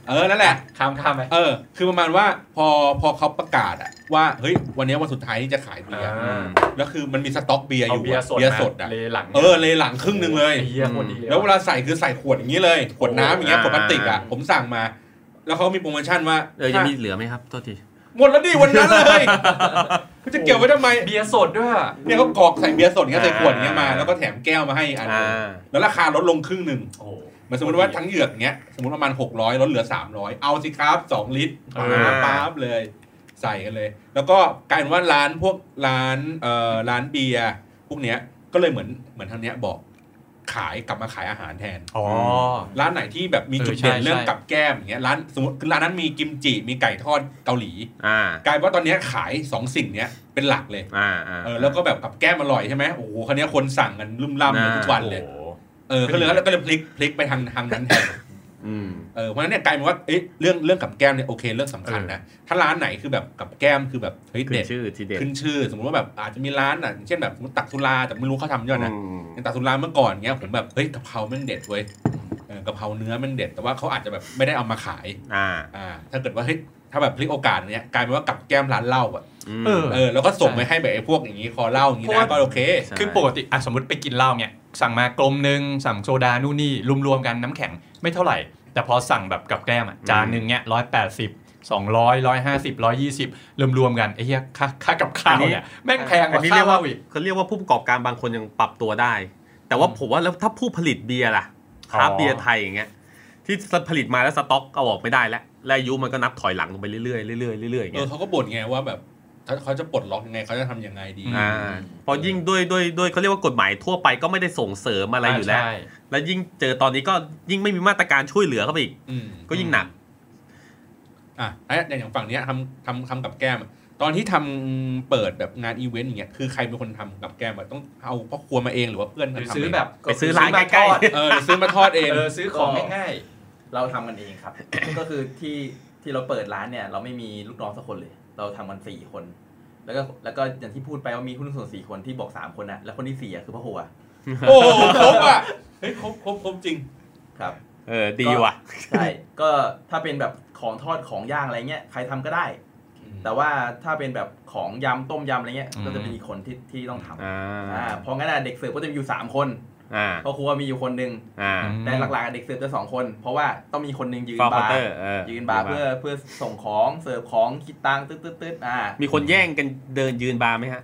เออนั่นแหละ ข้ามข้ามไหม เออ คือประมาณว่าพอพอเขาประกาศอะว่า เฮ้ย วันนี้วันสุดท้ายที่จะขายเบียร์ อ่า อืม แล้วคือมันมีสต็อกเบียร์อ เอา ยู่ เบียร์ อะ สด เบียร์สด มา อะ เลหลัง เออ เลยหลังครึ่งหนึ่งเลย เบียร์คนดี แล้วเวลาใส่คือใส่ขวดอย่างนี้เลย ขวดน้ำอย่างเงี้ย อ่า ขวดพลาสติกอะผมสั่งมา แล้วเขามีโปรโมชั่นว่า เออยังมีเหลือไหมครับโทษที หมดแล้วดิวันนั้น เลยเขาจะเก็บไว้ทำไม เบียร์สดด้วยอะ เนี่ยเขากรอกใส่เบียร์สดอย่างเงี้ยใส่ขวดอย่างเงี้ยมา อ่า แล้วก็แถมแก้วมาให้อีกอันหนึง อ่า แล้วราคาลดลงครึ่งหนึ่ง โอ้โห เหมือนสมมติว่าทั้งเหยือกเงี้ย สมมติประมาณ600ลดเหลือ 300 เอาสิครับ 2 ลิตร อ่า มาปั๊บเลย ใส่กันเลย แล้วก็กลายเป็นว่าร้านพวกร้านเอ่อร้านเบียร์พวกเนี้ยก็เลยเหมือนเหมือนทางเนี้ยบอกขายกลับมาขายอาหารแทน อ๋อ ร้านไหนที่แบบมี เออ จุดเด่น ใช่ เรื่อง ใช่ กับแก้มอย่างเงี้ยร้านสมมติคือร้านนั้นมีกิมจิมีไก่ทอดเกาหลี อ่าก ลายเป็นว่าตอนเนี้ยขายสองสิ่งเนี้ยเป็นหลักเลย อ่าอ่า เออแล้วก็แบบกับแก้มอร่อยใช่ไหมโอ้โหคันนี้ยคนสั่งกันลุ่มล่ำเลย อ่า ทุกวันเลย โอ้โห เออก็เลยแล้วก็เลยพลิกพลิกไปทางทางนั้นแทน อืม เออเพราะฉะนั้นเนี่ยกลายเป็นว่าเอ๊ะเรื่องเรื่องกับแก้มเนี่ยโอเคเรื่องสำคัญนะถ้าร้านไหนคือแบบกับแก้มคือแบบเฮ้ย ขึ้ เด็ น ด ชื่อทีเด็ด ขึ้นชื่อ สมมติว่าแบบอาจจะมีร้านอ่ะอย่างเช่นแบบสมมติตักสุราแต่ไม่รู้เขาทำยอดนะ อืม อย่างตักสุราเมื่อก่อนเนี้ยผมแบบเฮ้ยกะเพราแม่งเด็ดเว้ยเออกะเพราเนื้อแม่งเด็ด แต่ว่าเขาอาจจะแบบไม่ได้เอามาขาย อ่า อ่าถ้าเกิดว่าเฮ้ยถ้าแบบพลิกโอกาสเนี้ยกลายเป็นว่ากับแก้มร้านเหล้าอ่ะ ม เออ เออแล้วก็ส่งไปให้แบบไอ้พวกอย่างงี้คอเหล้าอย่างงี้นะก็โอเค ใช่ คือปกติอ่ะสมมติไปกินเหล้าเนี่ยสั่งมากลมหนึ่งสั่งโซดานู่นนี่รวมๆกันน้ำแข็งไม่เท่าไหร่ แต่พอสั่งแบบกับแก้มอ่ะจานหนึ่งเนี่ยร้อยแปดสิบสองร้อยร้อยห้าสิบร้อยยี่สิบรวมๆกันไอ้เหี้ยค่าค่ากับข้าวเนี่ยแม่งแพงก อัน ว่า นี้ ข้า เรี วย กว่า เหล้าอีก เขาเรียกว่าผู้ประกอบการบางคนยังปรับตัวได้ แต่ว่าผมว่าแล้วถ้าผู้ผลิตเบียร์ล่ะ อ๋อ ค้าเบียร์ไทยอย่างเงี้ยที่ผลิตมาแล้วสต็อกเอาออกไม่ได้แล้วและอายุมันก็นับถอยหลังลงไปเรื่อยๆเรื่อยๆเรื่อยๆอย่าเองเงี้ อย เขาก็บ่นไงว่าแบบ เขาเขาจะปลดล็อกยังไงเขาจะทำยังไงดี อ่าเพอยิ่งด้วยด้วยด้วยเขาเรียกว่ากฎหมายทั่วไปก็ไม่ได้ส่งเสริมอะไรอยู่แล้ว ใช่ และยิ่งเจอตอนนี้ก็ยิ่งไม่มีมาตรการช่วยเหลือเข้าไปอีก อืม ก็ยิ่งหนัก อ่ะแล้วอย่างฝั่งเนี้ยทำทำทำกับแก้ม ตอนที่ทำเปิดแบบงานอีเวนต์อย่างเงี้ยคือใครเป็นคนทำกับแก้มอะต้องเอาพ่อครัวมาเองหรือว่าเพื่อน ห มา รือ ทำ ซื้อ เง แบบ ไปซื้อร้านใกล้ๆ เออหรือซื้อมาทอดเอง เออซื้อของง่าย เราทำกันเองครับ ก็คือที่ที่เราเปิดร้านเนี่ย เราไม่มีลูกน้องสักคนเลย เราทำกันสี่คน แล้วก็แล้วก็อย่างที่พูดไปว่ามีหุ้นส่วนสี่คนที่บอกสามคนนะแล้วคนที่สี่อะคือพระหัว โอ้โหครบอ่ะเฮ้ยครบครบครบจริง ครับ เออดีว่ะ ใช่ก็ถ้าเป็นแบบของทอดของย่างอะไรเงี้ยใครทำก็ได้ แต่ว่าถ้าเป็นแบบของยำต้มยำอะไรเงี้ยก็จะเป็นอีกคนที่ที่ต้องทำ อ่า อ่าเพราะงั้นอะเด็กเสิร์ฟก็จะมีอยู่สามคน อ่า เพราะครูมีอยู่คนหนึ่ง อ่า ๆอืม แต่หลักๆอะเด็กเสิร์ฟจะสองคน เพราะว่าต้องมีคนหนึ่งยืน ฟอร์ค บา อน ร์ เตอร์เออ ยืนบาร์เพื่อเพื่อส่งของเสิร์ฟของคิดตังค์ตึ๊ดตึ๊ดตึ๊ดอ่า มีคนแย่งกันเดินยืนบาร์ไหมฮะ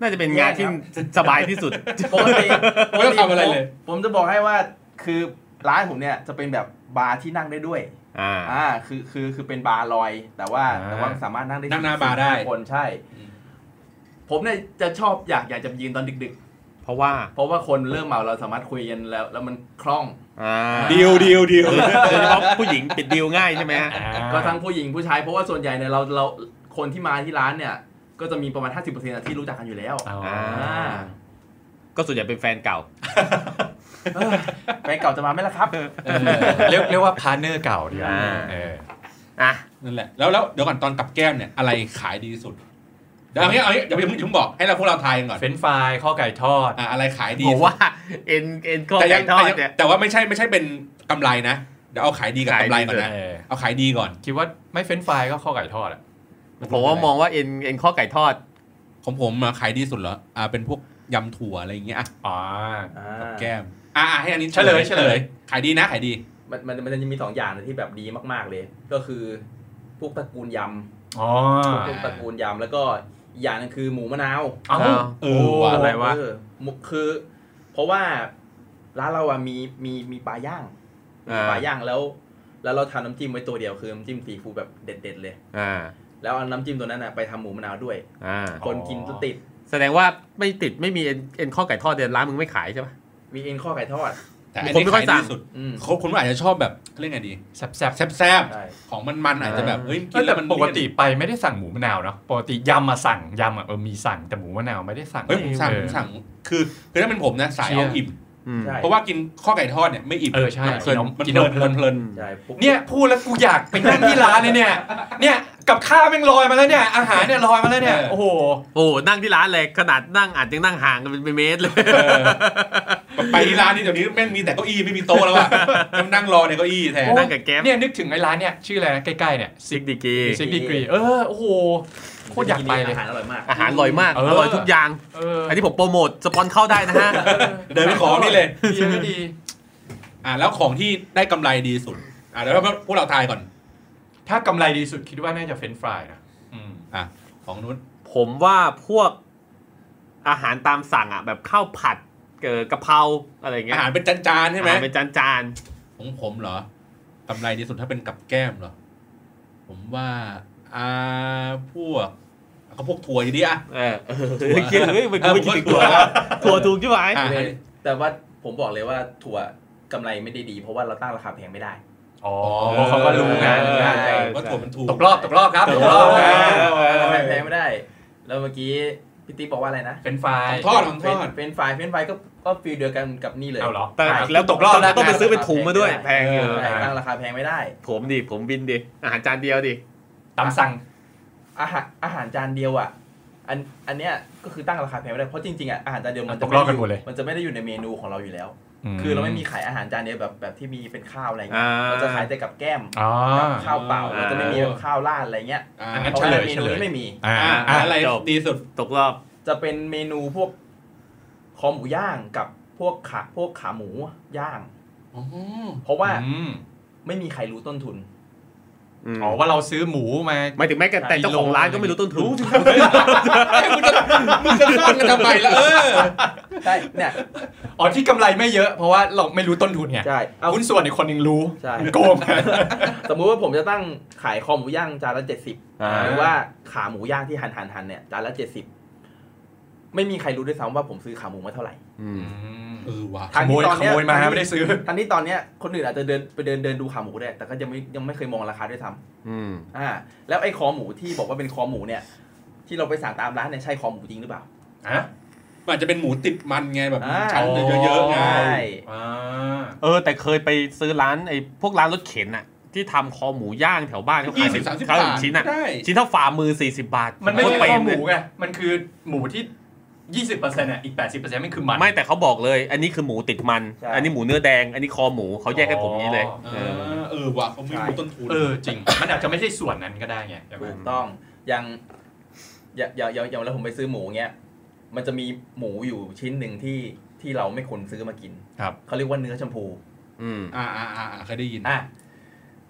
น่าจะเป็นงานที่ แย่ง สบายที่สุด ปกติ ไม่ต้องทำอะไรเลย ผมจะบอกให้ว่าคือร้านผมเนี่ยจะเป็นแบบบาร์ที่นั่งได้ด้วย อ่า อ่าคือคือคือเป็นบาร์ลอย แต่ว่าแต่ว่าสามารถนั่งได้ นั่งหน้า สี่ บาร์ได้ สี่คนใช่ ผมเนี่ยจะชอบอยากอยากจะยืนตอนดึก เพราะว่า ๆ เพราะว่าคนเริ่มเมาเราสามารถคุยกันแล้ว แล้วมันคล่อง อ่า ดีลดีลดีล โดยเฉพาะผู้หญิงปิดดีลง่ายใช่ไหมฮะ อ่า ก็ทั้งผู้หญิงผู้ชาย เพราะว่าส่วนใหญ่เนี่ยเราเราคนที่มาที่ร้านเนี่ย ก็จะมีประมาณ 50%นะที่รู้จักกันอยู่แล้ว อ๋อ อ่า อ่า ก็ส่วนใหญ่เป็นแฟนเก่า เอ้ยแฟนเก่าจะมาไหมล่ะครับ เออเรียกเรียกว่าพาร์ทเนอร์เก่าดีกว่า อ่า เออ อ่ะ นั่นแหละแล้วแล้วเดี๋ยวก่อนตอนกับแก้มเนี่ยอะไรขายดีที่สุดเดี๋ยวเอางี้เอางี้เดี๋ยวพี่ผมบอกให้เราพวกเราทายกันก่อน เฟรนช์ฟรายข้อไก่ทอด อ่ะอะไรขายดี ผ สุ ม ด ว่าเอ็นเอ็นข้อ แต่ ไก่ ยัง ทอด แต่ยัง เนี่ย แต่ว่าไม่ใช่ไม่ใช่เป็นกำไรนะ เดี๋ยวเอาขายดีกับ ขาย กำ ดี ไรก่อนนะ เออ เอาขายดีก่อน คิดว่าไม่เฟรนช์ฟรายก็ข้อไก่ทอดอะ ผมว่ามองว่าเอ็นเอ็นข้อไก่ทอด ของผมอะขายดีสุดเหรออ่าเป็นพวกยำถั่วอะไรอย่างเงี้ยอ่ะ อ๋อ แก้มอ่าให้อันนี้ เฉลย เฉ เฉ ล ล ย ย ขายดีนะขายดี มันมันมันจะมีสองอย่างนะที่แบบดีมากๆเลย ก็คือพวกตระกูลย อ๋อ ำพวกตระกูลยำแล้วก็อีกอย่างหนึงคือหมูมะนาว เอ้า เออว่ะ อะไร ว เมุกคือ เพราะว่าร้านเราอะมีมีมีปลาย่างมีปลาย่างแล้ว แล้วเราทำน้ำจิ้มไว้ตัวเดียวคือน้ำจิ้มซีฟู้ดแบบเด็ด ๆ เลย อ่า แล้วเอาน้ำจิ้มตัวนั้นอะไปทำหมูมะนาวด้วย อ่า คนกินก็ติด แสดงว่าไม่ติดไม่มีเอ็นเอ็นข้อไก่ทอดเดือนร้านมึงไม่ขายใช่ปะ มีเอ็นข้อไก่ทอด แต่อัน ผม นี้ ไม่ค่อ ขาย ย สั่ ดี ง สุด อืม เขาคนอาจจะชอบแบบเขาเรียกไงดี แซ่บๆ แซ่บ ใช่ ๆของมันๆอาจจะแบบเฮ้ย เอ กิ อน แล้ แต่ วมัน ปกติไปไม่ได้สั่งหมูมะนาวเนาะปกติยำมาสั่งยำอะเออมีสั่งแต่หมูมะนาวไม่ได้สั่ง เฮ้ยผมสั่ง เอ ผ อ มสั่งคือคือถ้าเป็นผมนะสาย เชี่ย เอาอิ่ม อืม ใช่ เพราะว่ากินข้อไก่ทอดเนี่ยไม่อิ่ม เออใช่ มันเพลินมัน กิน เพลิน เพลิมันนเพลิน ใช่ปุ๊บ เนี่ยพูดแล้วกูอยากไปนั่งที่ร้านเลยเนี่ยเนี่ยกับข้าวแม่งลอยมาแล้วเนี่ยอาหารเนี่ยลอยมาแล้วเนี่ยโอ้โห โอ้โหนั่งที่ร้านเลยขนาดนั่งอาจจะนั่งห่างกันเป็นเมตรเลย เออไปที่ร้านนี่เดี๋ยวนี้แม่งมีแต่เก้าอี้ไม่มีโต๊ะแล้ว อะนั่งรอในเก้าอี้แทน นั่งกับแก๊ป เนี่ยนึกถึงไอ้ร้านเนี่ยชื่ออะไรนะใกล้ๆเนี่ย ซิกดีกรี ซิกดีกรีเออโอ้โหโคตรอยากไปเลย อาหารอร่อยมาก อาหารอร่อยมาก เออ อ อ ร่อยทุกอย่าง เออ อันนี้ผมโปรโมทสปอนเข้าได้นะฮะ เดินไปขอนี่เลย ดีไม่ดี อ่าแล้วของที่ได้กำไรดีสุด อ่าเดี๋ยวเราพวกเราทายก่อน ถ้ากำไรดีสุดคิดว่าน่าจะเฟรนช์ฟรายนะอืม อ่าของนู้น ผมว่าพวกอาหารตามสั่งอ่ะ แบบข้าวผัดเอ่อกะเพราอะไรเงี้ อาย หารเป็นจานๆใช่ไหม อาารเป็นจานจาน ของผมเหรอกำไรดีสุดถ้าเป็นกับแก้มเหรอ ผมว่าอ่าพวกก็พวกถั่วอยู่ดีอ่ะ ๆเออเออเฮ้ยเฮ้ยมันกูไม่คิดถึงตัว เออ ถั่วถูกใช่ไหม อ่าให้ แต่ว่าผมบอกเลยว่าถั่วกำไรไม่ได้ดี เพราะว่าเราตั้งราคาแพงไม่ได้ อ๋อเพราะเขาก็รู้ไงาน เออ ได้ ว่าถั่วมันถูก ตกรอบตกรอบครับตกรอบ เอ นะ อ ราคาแพงไม่ได้ แล้วเมื่อกี้พี่ติ๊กบอกว่าอะไรนะ เป็นไฟล์ ทอดของทอด เป็นไฟเป็นไฟก็ก็ฟีลเดียวกันกับนี่เลย เอาเหรอ แต่ ใช่ แล้ว ตกรอบแล้ว ต้องไปซื้อเป็นถุงมาด้วย แพงอยู่ เออตั้งราคาแพงไม่ได้ ผมดิผมบินดิอาหารจานเดียวดิ ตามสั่ง อาหารอาหารจานเดียวอ่ะ อันอันเนี้ยก็คือตั้งราคาแพงไม่ได้เพราะจริงๆอ่ะอาหารจานเดียวมันจะ ตกรอบกัน ไห มดเลย มันจะไม่ได้อยู่ในเมนูของเราอยู่แล้ว คือเราไม่มีขายอาหารจานเดียวแบบแบบที่มีเป็นข้าวอะไรเงี้ย อ่า เราจะขายแต่กับแก้ม อ๋อ กับข้าวเปล่า อ่า เราจะไม่มีแบบข้าวราดอะไรเงี้ย อ่า อันนั้นเพราะ เฉลย เมนู เฉลย นี้ไม่มี อ่า อ่า อ่า อะไร จบ ดีสุด ตกรอบ จะเป็นเมนูพวกคอหมูย่างกับพวกขาพวกขาหมูย่าง เพราะว่า อืม ไม่มีใครรู้ต้นทุน อืม อ๋อว่าเราซื้อหมูมา หมายถึงแม้แต่เจ้าของร้านก็ไม่รู้ต้นทุน มึงจะซ่อนกันทำไมล่ะเออ ใช่เนี่ย อ๋อที่กำไรไม่เยอะ เพราะว่าเราไม่รู้ต้นทุนไง ใช่เอา หุ้นส่วนอีกคนหนึ่งรู้ ใช่ โกง สมมุติว่าผมจะตั้งขายคอหมูย่างจานละเจ็ดสิบ อ่า หรือว่าขาหมูย่างที่หั่นหั่นหั่นเนี่ยจานละเจ็ดสิบไม่มีใครรู้ด้วยซ้ำว่าผมซื้อขาหมูมาเท่าไหร่ อืม เออว่ะ ขโมย ทั้งที่ตอนเนี้ขโมยยมาไม่ได้ซื้อ ทั้งที่ตอนเนี้ยคนอื่นอาจจะเดินไปเดินเดินดูขาหมูก็ได้แต่ก็ยังไม่ยังไม่เคยมองราคาด้วยซ้ อืม ำอ่า แล้วไอ้คอหมูที่บอกว่าเป็นคอหมูเนี่ย ที่เราไปสั่งตามร้านเนี่ยใช่คอหมูจริงหรือเปล่า มันอาจจะเป็นหมูติดมันไงแบบ อ่า ชั้นเยอะๆไง ใช่ อ่า เออ แต่เคยไปซื้อร้านไอ้พวกร้านรถเข็นน่ะ ที่ทำคอหมูย่างแถวบ้านเขาขาย 20 30 เท่ บาท ชิ้นน่ะ ได้ ชิ้นเท่าฝ่ามือ 40 บาท มันไม่ใช่ โคตรเปรมแค่ห เลย มูไง มันคือหมูที่ 20%อ่ะ อีก 80%มันคือมัน ไม่แต่เขาบอกเลย อันนี้คือหมูติดมัน ใช่ อันนี้หมูเนื้อแดง อันนี้คอหมูเขาแยกให้ผมอย่างนี้เลย อ๋อ เอ อ่ อา เออว่ะเขาไม่รู้ต้นทุน เออจริง มันอาจจะไม่ใช่ส่วนนั้นก็ได้ไงใช่ไหม ถูกต้องอย่างอย่างอย่างอย่างอย่างแล้วผมไปซื้อหมูเงี้ยมันจะมีหมูอยู่ชิ้นหนึ่งที่ที่เราไม่ควรซื้อมากิน ครับ เขาเรียกว่าเนื้อชมพู อืม อ่าอ่าอ่าอ่าเคยได้ยิน อ่ะ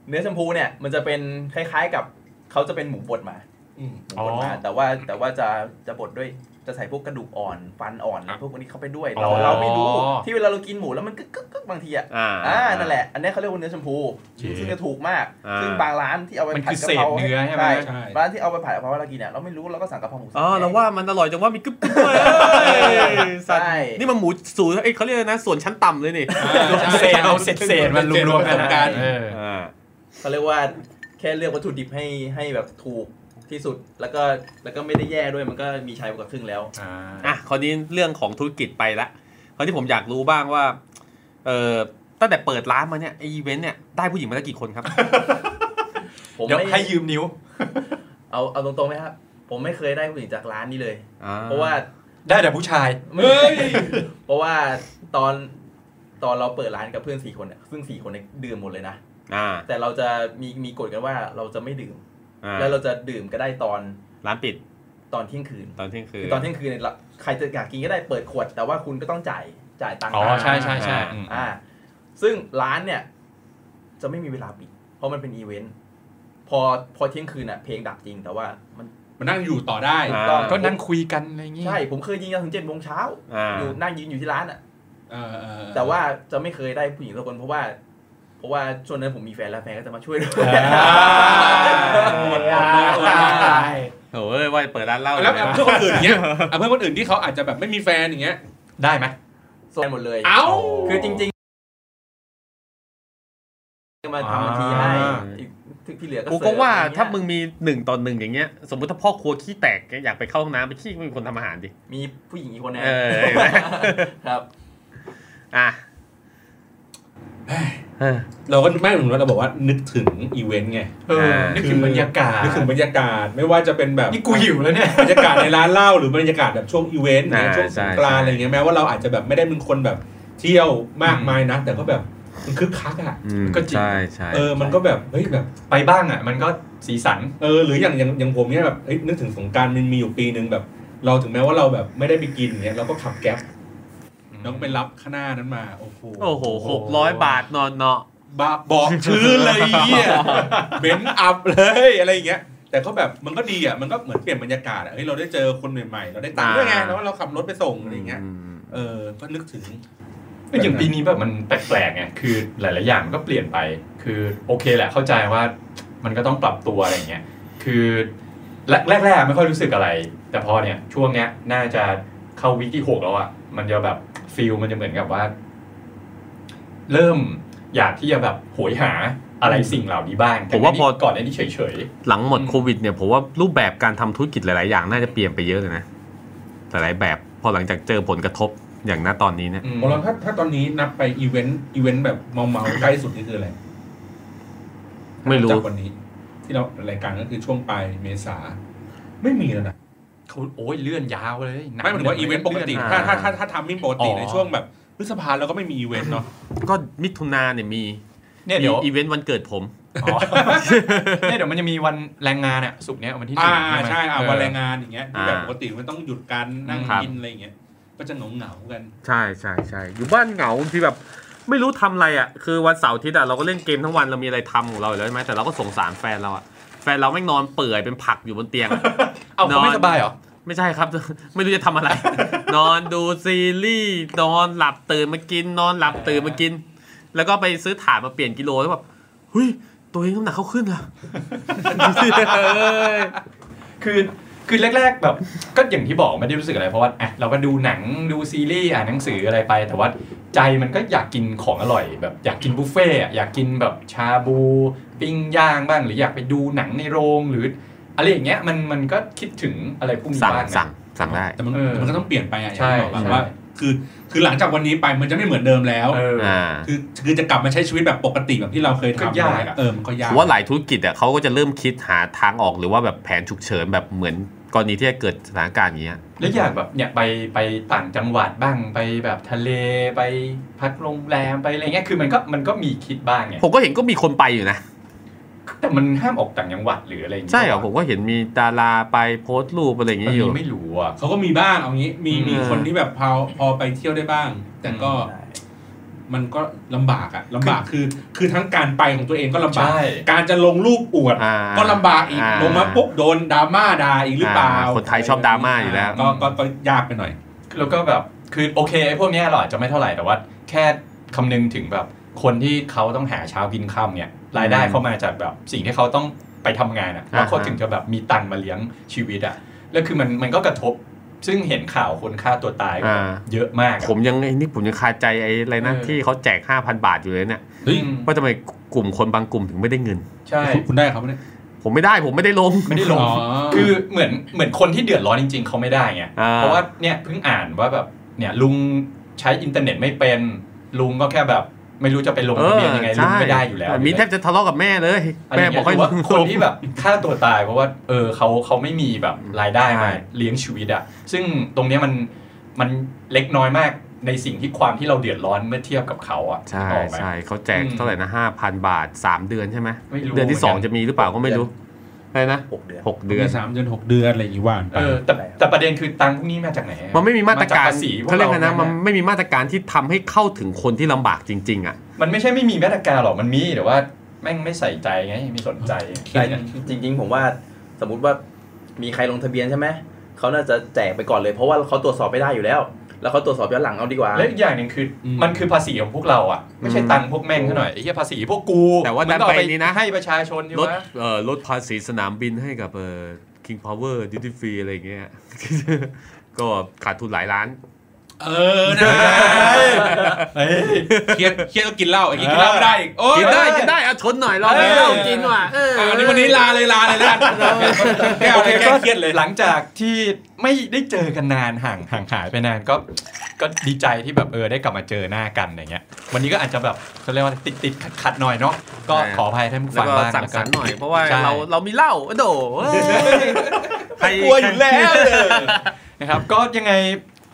เนื้อชมพูเนี่ยมันจะเป็นคล้ายๆกับเขาจะเป็นหมูบดมา อืม หมูบดมา อ๋อ แต่ว่าแต่ว่าจะจะบดด้วยจะใส่พวกกระดูกอ่อนฟันอ่อนอะไรพวกนี้เข้าไปด้วยเรา อ๋อ เราไม่รู้ที่เวลาเรากินหมูแล้วมันกึกกึกกึกบางทีอ่ะ อ่า อ่านั่นแหละ อันนี้เขาเรียกว่าเนื้อชมพูซึ่งจะถูกมาก อ่า ซึ่งบางร้านที่เอาไป มัน ผัคือกดะ เศษเพรา เนื้อใช่ไหม ใช่ ร้านที่เอาไปผัดกะเพราให้เรากินเนี่ยเราไม่รู้เราก็สั่งกะเพราหมูสับ อ๋อเราว่ามันอร่อยจังว่ามีกึ๊บกึ๊บด้วยสัตว์ ใช่ นี่มันหมูสูตรเอ้ยเขาเรียกอะไรนะส่วนชั้นต่ำเลยนี่ เศษเอาเศษเศษๆมันรวมๆกันเศษประสบนะการณ์ เออ อ่า เขาเรียกว่าแค่เลือกวัตถุดิบให้ให้แบบถูกที่สุดแล้วก็แล้วก็ไม่ได้แย่ด้วยมันก็มีใช้กว่าครึ่งแล้ว อ่า อ่ะคราวนี้เรื่องของธุรกิจไปละคราวนี้ผมอยากรู้บ้างว่า เออตั้งแต่เปิดร้านมาเนี่ยไออีเวนต์เนี่ยได้ผู้หญิงมาแล้วกี่คนครับ ผม เดี๋ยว ไม่ ให้ยืมนิ้ว เอาเอาตรงๆไหมครับ ผมไม่เคยได้ผู้หญิงจากร้านนี้เลย อ่ เพราะว่า ได้แต่ผู้ชาย ไม่ เฮ้ย เพราะว่าตอนตอนเราเปิดร้านกับเพื่อนสี่คนเนี่ยซึ่งสี่คนเนี่ยดื่มหมดเลยนะ อ่า แต่เราจะมีมีกฎกันว่าเราจะไม่ดื่ม อ่า แล้วเราจะดื่มก็ได้ตอน ร้านปิด ตอนเที่ยงคืน ตอนเที่ยงคื คื น อตอนเที่ยงคืนเนี่ยเราใครจะอยากกินก็ได้เปิดขวด แต่ว่าคุณก็ต้องจ่ายจ่ายตังค์ อ๋อ มา ใช่ใช่ใช่ อ่า อืม อ่า ซึ่งร้านเนี่ยจะไม่มีเวลาปิด เพราะมันเป็นอีเวนต์พอพอเที่ยงคืนอ่ะเพลงดับจริง แต่ว่ามัน มันนั่งอยู่ต่อได้ อ่า ต้อง ก็นั่งคุยกันอะไรอย่างงี้ ใช่ผมเคยยิงกันถึงเจ็ดโมงเช้า อ่า อยู่นั่งยืนอยู่ที่ร้านอ่ะ เออเออ แต่ว่าจะไม่เคยได้ผู้หญิงสักคนเพราะว่า เพราะว่าช่วงนั้นผมมีแฟนแล้วแฟนก็จะมาช่วยด้วย หมดหมดเลยหมดเลย โอ้ยว่าเปิดร้านเหล้า แล้ว เลยนะ เพื่อนคนอื่นอย่างเงี้ยเอาเพื่อนคนอื่นที่เขาอาจจะแบบไม่มีแฟนอย่างเงี้ย ได้ไหม โซนหมดเลย เอ้า คือจริงๆมาทำบัญชีให้อีกที่เหลือก็ กูก็ เสิร์ฟ ว่า อะไรเย ถ้ามึงมีหนึ่งต่อหนึ่งอย่างเงี้ย สมมติถ้าพ่อครัวขี้แตกอยากไปเข้าห้องน้ำไปขี้ไม่มีคนทำอาหารดิ มีผู้หญิงอีกคนนะ เออเห็นไหม ครับ อ่ะเออ เราก็ไม่ถึงเราบอกว่านึกถึงอีเวนต์ไง เออ อ่านึ นึกถึงบรรยากาศ นึกถึงบรรยากาศไม่ว่าจะเป็นแบบ นี่กูหิวแล้วเนี่ย บรรยากาศในร้านเหล้าหรือบรรยากาศแบบช่วงอีเวนต์นะ อ่า ช่วงสงกรานต์ ใช่ อะไรเงี้ยแม้ว่าเราอาจจะแบบไม่ได้เป็นคนแบบเที่ยวมากมายนะแต่ก็แบบมันคึกคักอ่ะ อืม ก็จริง ใช่ใช่ เออมันก็แบบเฮ้ยแบบ ไปบ้างอ่ะ มันก็สีสัน เออหรืออย่างอย่างอย่างผมเนี่ยแบบเอ้ยนึกถึงสงกรารมันมีอยู่ปีหนึ่งแบบ เราถึงแม้ว่าเราแบบไม่ได้ไปกินเนี่ยเราก็ขับแก๊ปแล้วก็ไปรับข้างหน้านั้นมาโอ้โห โอ้โหหกร้อยบาทนอนเนาะ บาบอกชื่อเลยไอ้เหียเบนซ์อัพเลยอะไรอย่างเงี้ย แต่ก็แบบมันก็ดีอ่ะมันก็เหมือนเปลี่ยนบรรยากาศอ่ะเฮ้ยเราได้เจอคนใหม่ๆเราได้ตังค์ด้วยไงแล้วเราขับรถไปส่งอะไรอย่างเงี้ย เออ ก็นึกถึง ก็อย่างปีนี้แบบมันแปลกๆไง คือหลาย ๆ อย่างมันก็เปลี่ยนไป คือโอเคแหละเข้าใจว่ามันก็ต้องปรับตัวอะไรอย่างเงี้ย คือแรกๆไม่ค่อยรู้สึกอะไร แต่พอเนี่ยช่วงเนี้ยน่าจะเข้าวีคที่หกแล้วอ่ะ มันจะแบบฟิลมันจะเหมือนกับว่า เริ่มอยากที่จะแบบโหยหาอะไรสิ่งเหล่านี้บ้าง ผมว่าพอ ก่อนอันนี้เฉย หลังหมด อืม โควิดเนี่ยผมว่ารูปแบบการทำธุรกิจหลาย ๆ อย่างน่าจะเปลี่ยนไปเยอะเลยนะหลายๆแบบพอหลังจากเจอผลกระทบอย่างณตอนนี้เนี่ย ๆอืม โอเราถ้าถ้าตอนนี้นับไปอีเวนต์อีเวนต์แบบเมาเมาๆใกล้สุดนี่คืออะไร ไม่รู้ จากวันนี้ ที่เรารายการก็คือช่วงปลายเมษา ไม่มีแล้วนะ เขาโอ้ยเลื่อนยาวเลยง ไม่เหมือนว่าอีเวนต์ปกติ ลื่อ ถ้าถ้า อ่ ถ้าถ้าทำมิ่งปกติ อ๋อ ในช่วงแบบพฤษภาเราก็ไม่มีอีเวนต์เนาะ ก็มิถุนาเนี่ยมี เนี่ยเดี๋ยว มีอีเวนต์วันเกิดผม อ๋อเนี่ยเดี๋ยวมันจะมีวันแรงงานอ่ะสุกร์เนี้ยวันที่หนึ่ อ่าง ไหม ใช่อ่า เ วันแรงงานอย่างเงี้ยที่แบบปกติมันต้องหยุดการนั่งกินอะไรอย่างเงี้ยก็จะเหงาเหงาๆกัน ใช่ใช่ใช่อยู่บ้านเหงาบางทีแบบ ไม่รู้ทำอะไรอ่ะคือวันเสาร์อาทิตย์อ่ะเราก็เล่นเกมทั้งวันเรามีอะไรทำของเราอยู่แล้วใช่ไหมแต่เราก็สงสารแฟนเราอ่ะแฟนเราไม่งนอนเปื่อยเป็นผักอยู่บนเตียงอะ เอาเขาไม่สบายเหรอ ไม่ใช่ครับ ไม่รู้จะทำอะไร นอนดูซีรีส์นอนหลับตื่นมากิน นอนหลับตื่นมากิน แล้วก็ไปซื้อถ่านมาเปลี่ยนกิโลแล้วแบบเฮ้ยตัวเองน้ำหนักเขาขึ้น เหรอ คือคือแรก ๆ แบบก็อย่างที่บอกไม่ได้รู้สึกอะไรเพราะว่าอ่ะเราก็ดูหนังดูซีรีส์อ่านหนังสืออะไรไป แต่ว่าใจมันก็อยากกินของอร่อย แบบอยากกินบุฟเฟ่ต์อ่ะอยากกินแบบชาบู ปิ้งย่างบ้าง หรืออยากไปดูหนังในโรงหรืออะไรอย่างเงี้ยมันมันก็คิดถึงอะไรพวกนี้ สั่ง บ้างนะ สั่งสั่งได้ แต่มัน เออ แต่มันก็ต้องเปลี่ยนไปอ่ะอ ใช่ ย่างที่บอกอะ ใช่ ว่า คือคือหลังจากวันนี้ไปมันจะไม่เหมือนเดิมแล้ว เออ อ่า คือคือจะกลับมาใช้ชีวิตแบบปกติแบบที่เราเคย ก็ ทำ ยาก ได้อะเออมันก็ยา ผ ก มว่าหลายธุรกิจอ่ะเขาก็จะเริ่มคิดหาทางออกหรือว่าแบบแผนฉุกเฉินแบบเหมือนกรณีที่เกิดสถานการณ์อย่างเงี้ย แล้วอยากแบบเนี่ยไปไปต่างจังหวัดบ้างไปแบบทะเลไปพักโรงแรมไปอะไรเงี้ยคือมันก็มันก็มีคิดบ้างไง ผมก็เห็นก็มีคนไปอยู่นะ แต่มันห้ามออกต่างจังหวัดหรืออะไรอย่างเงี้ย ใช่เหรอผมก็เห็นมีดาราไปโพสต์รูปอะไรอย่าง อัน เงี้ยอยู่ นี้ไม่รู้อ่ะ เขาก็มีบ้างเอางี้มีมี อืม คนที่แบบพอพอไปเที่ยวได้บ้าง แต่ก็มันก็ลำบากอะลำบากคือ คือทั้งการไปของตัวเองก็ลำบาก ใช่ การจะลงรูปอวด อ่า ก็ลำบากอีกลงมาปุ๊บโดนดราม่าด่าอีกหรือเปล่า อ่คนไทยชอบดราม่าอยู่แล้ว ก็ก็ก็ยากไปหน่อย แล้วก็แบบคือโอเคไอ้พวกเนี้ยเราอาจจะไม่เท่าไหร่แต่ว่า แค่คำนึงถึงแบบคนที่เขาต้องหาเช้ากินค่ำเนี่ยรายได้เขามาจากแบบสิ่งที่เขาต้องไปทำงานอะ่ะแล้วเขา อ่าฮะ ถึงจะแบบมีตังค์มาเลี้ยงชีวิตอะ่ะแล้วคือมันมันก็กระทบซึ่งเห็นข่าวคนฆ่าตัวตาย อ่า เยอะมากอะ ผมยังไอ้นี่ผมยังคาใจไอ้อะไรนะ เออ ที่เขาแจก 5,000 บาทอยู่เลยเนี่ย เฮ้ย อืม ว่าทำไมกลุ่มคนบางกลุ่มถึงไม่ได้เงิน ใช่ คุณได้ครับเนี่ย ผมไม่ได้ผมไม่ได้ลง ไม่ได้ลง อ๋อ คือเหมือนเหมือนคนที่เดือดร้อนจริง ๆเขาไม่ได้ไง อ่า เพราะว่าเนี่ยเพิ่งอ่านว่าแบบเนี่ยลุงใช้อินเทอร์เน็ตไม่เป็นลุงก็แค่แบบไม่รู้จะไปลงทะเบียนยังไงลุงไม่ได้อยู่แล้ว มีแทบจะทะเลาะกับแม่เลย ะไร แม่ ย่าง บอกเงี้ย ให้ หรือว่า ลง คนที่แบบฆ่าตัวตายเพราะว่าเออเขาเขาไม่มีแบบรายได้มา ใช่ เลี้ยงชีวิตอะซึ่งตรงเนี้ยมันมันเล็กน้อยมากในสิ่งที่ความที่เราเดือดร้อนเมื่อเทียบกับเขาอะ ใช่ ออกไหม ใช่เขาแจก อืม เท่าไหร่นะ5,000 บาท 3 เดือนใช่ไหม ไม่รู้ เดือนที่ 2 จะมีหรือเปล่าก็ไม่รู้อะไรนะ หกเดือน หกเดือน มีสามเดือนหกเดือนอะไรอย่างงี้ว่านไป เออแต่แต่ประเด็นคือตังค์พวกนี้มาจากไหนอะ มันไม่มีมาตรการ จภษีพว เขาเรียกไงนะ แหล มันไม่มีมาตรการที่ทำให้เข้าถึงคนที่ลำบากจริง ๆ อ่ะ มันไม่ใช่ไม่มีมาตรการหรอกมันมีแต่ว่าแม่งไม่ใส่ใจไงไม่สนใจ แต่จริงๆ ผมว่าสมมติว่ามีใครลงทะเบียนใช่ไหมเขาน่าจะแจกไปก่อนเลยเพราะว่าเขาตรวจสอบไม่ได้อยู่แล้ว แล้วเขาตรวจสอบย้อนหลังเอาดีกว่า และอีกอย่างหนึ่งคืออมันคือภาษีของพวกเราอะไม่ใช่ตังค์พวกแม่งเท่าหน่อยไอ้เหี้ยภาษีพวกกู แต่ว่า มึงก็เอ ดันไปนี่นะ ให้ประชาชนใช่ ลด ไหม เอ่อลดภาษีสนามบินให้กับเอ่อ King Power Duty Free อะไรอย่างเงี้ย ก็ขาดทุนหลายล้าน เออนะเครียดเครียดก็กินเหล้าไอ้กินเหล้าไม่ได้อีกโอ้ย กินได้กินได้เอาชนหน่อยเราไม่ เออ เรากินว่ะเออ อ่ะวันนี้วันนี้ลาเลยลาเลยลาแก้ว โอ เลยเคแก้ ก็ เครียดเลย หลังจากที่ไม่ได้เจอกันนานห่างห่างหายไปนานก็ก็ดีใจที่แบบเออได้กลับมาเจอหน้ากันอย่างเงี้ย วันนี้ก็อาจจะแบบเขาเรียกว่าติดติดขัดขัดๆหน่อยเนาะก็ขออภัยท่านผู้ แล้ ฟั ว ง ก็ บ้าง สั่ง แล้ว สร กั ร น ค์หน่อยเพราะว่า ใช่ เราเรามีเหล้าอะโดเอ้ยใคร กลัวอยู่แล้วนะครับ ก็ยังไง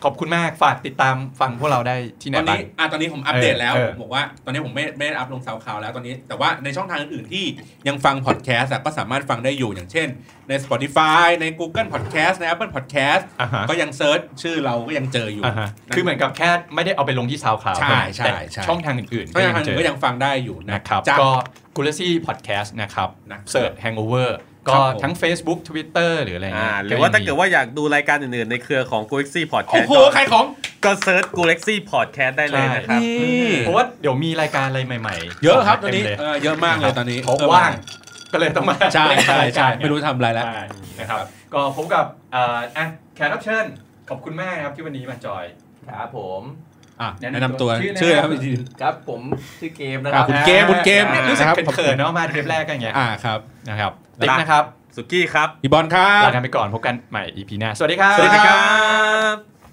ขอบคุณมากฝากติดตามฟังพวกเราได้ที่ไหน ตอน บ้าง นี้อ่ะตอนนี้ผมอัปเดตแล้ว เออ ผมบอกว่า ตอนนี้ผมไม่ไม่ได้อัพลงซาวคลาวแล้วตอนนี้ แต่ว่าในช่องทางอื่นๆที่ยังฟังพอดแคสต์ก็สามารถฟังได้อยู่อย่างเช่น ใน Spotify ใน Google Podcast ใน Apple Podcast อ่าฮะ ก็ยังเซิร์ชชื่อเราก็ยังเจออยู่ อ่าฮะคือเหมือนกับแค่ไม่ได้เอาไปลงที่ซาวคลาว ใช่ใช่ แต่ ใช่ ช่องทางอื่นๆ ก็ยัง เจอ ก็ยังฟังได้อยู่นะ นะครับ จ๊ ก็กุลซี่พอดแคสต์นะครับ นะครับ เสิร์ช Hangover ครั ก็ บผม ทั้ง Facebook Twitter หรืออะไรเงี้ อ่าย หรือว่าถ้าเกิด ยังมี ว่าอยากดูรายการอื่นๆ ในเครือของ g o l a x y โอ้ Podcast โหใครของ ก็เซิร์ช g o l a x y Podcast ได้เลยนะครับ เพราะว่าเดี๋ยวมีรายการอะไรใหม่ๆ เยอะครับตอนนี้ เต็มเลย เออเยอะมากเลยตอนนี้ เพราะว่างก็เลยต้องมา ใช่ใช่ใช่ เล่ ไม่ นรายการ รู้ทำอะไรแล้ว ใช่นะครับ ก็พบกับเอ่ออ่ะแขกรับเชิญ ขอบคุณมากครับที่วันนี้มาจอย ครับผม อ่ะ แนะนำ แนะนำตัว ชื่อ ชื่ออะไร นะ ครับอีกทีหนึ่ง ครับผมชื่อเกมนะค อ่ะ รับ คุณเกมคุณเกม อ่ะรู้สึก นะครับขอบคุณ เขินๆเนาะมาเทปแรกกันอย่างเงี้ย อ่าครับ นะครับติ๊กนะครับ สุกี้ครับ พี่บอลครับ ลากันไปก่อนพบกันใหม่ EP หน้าสวัสดีครับ สวัสดีครับ ครับ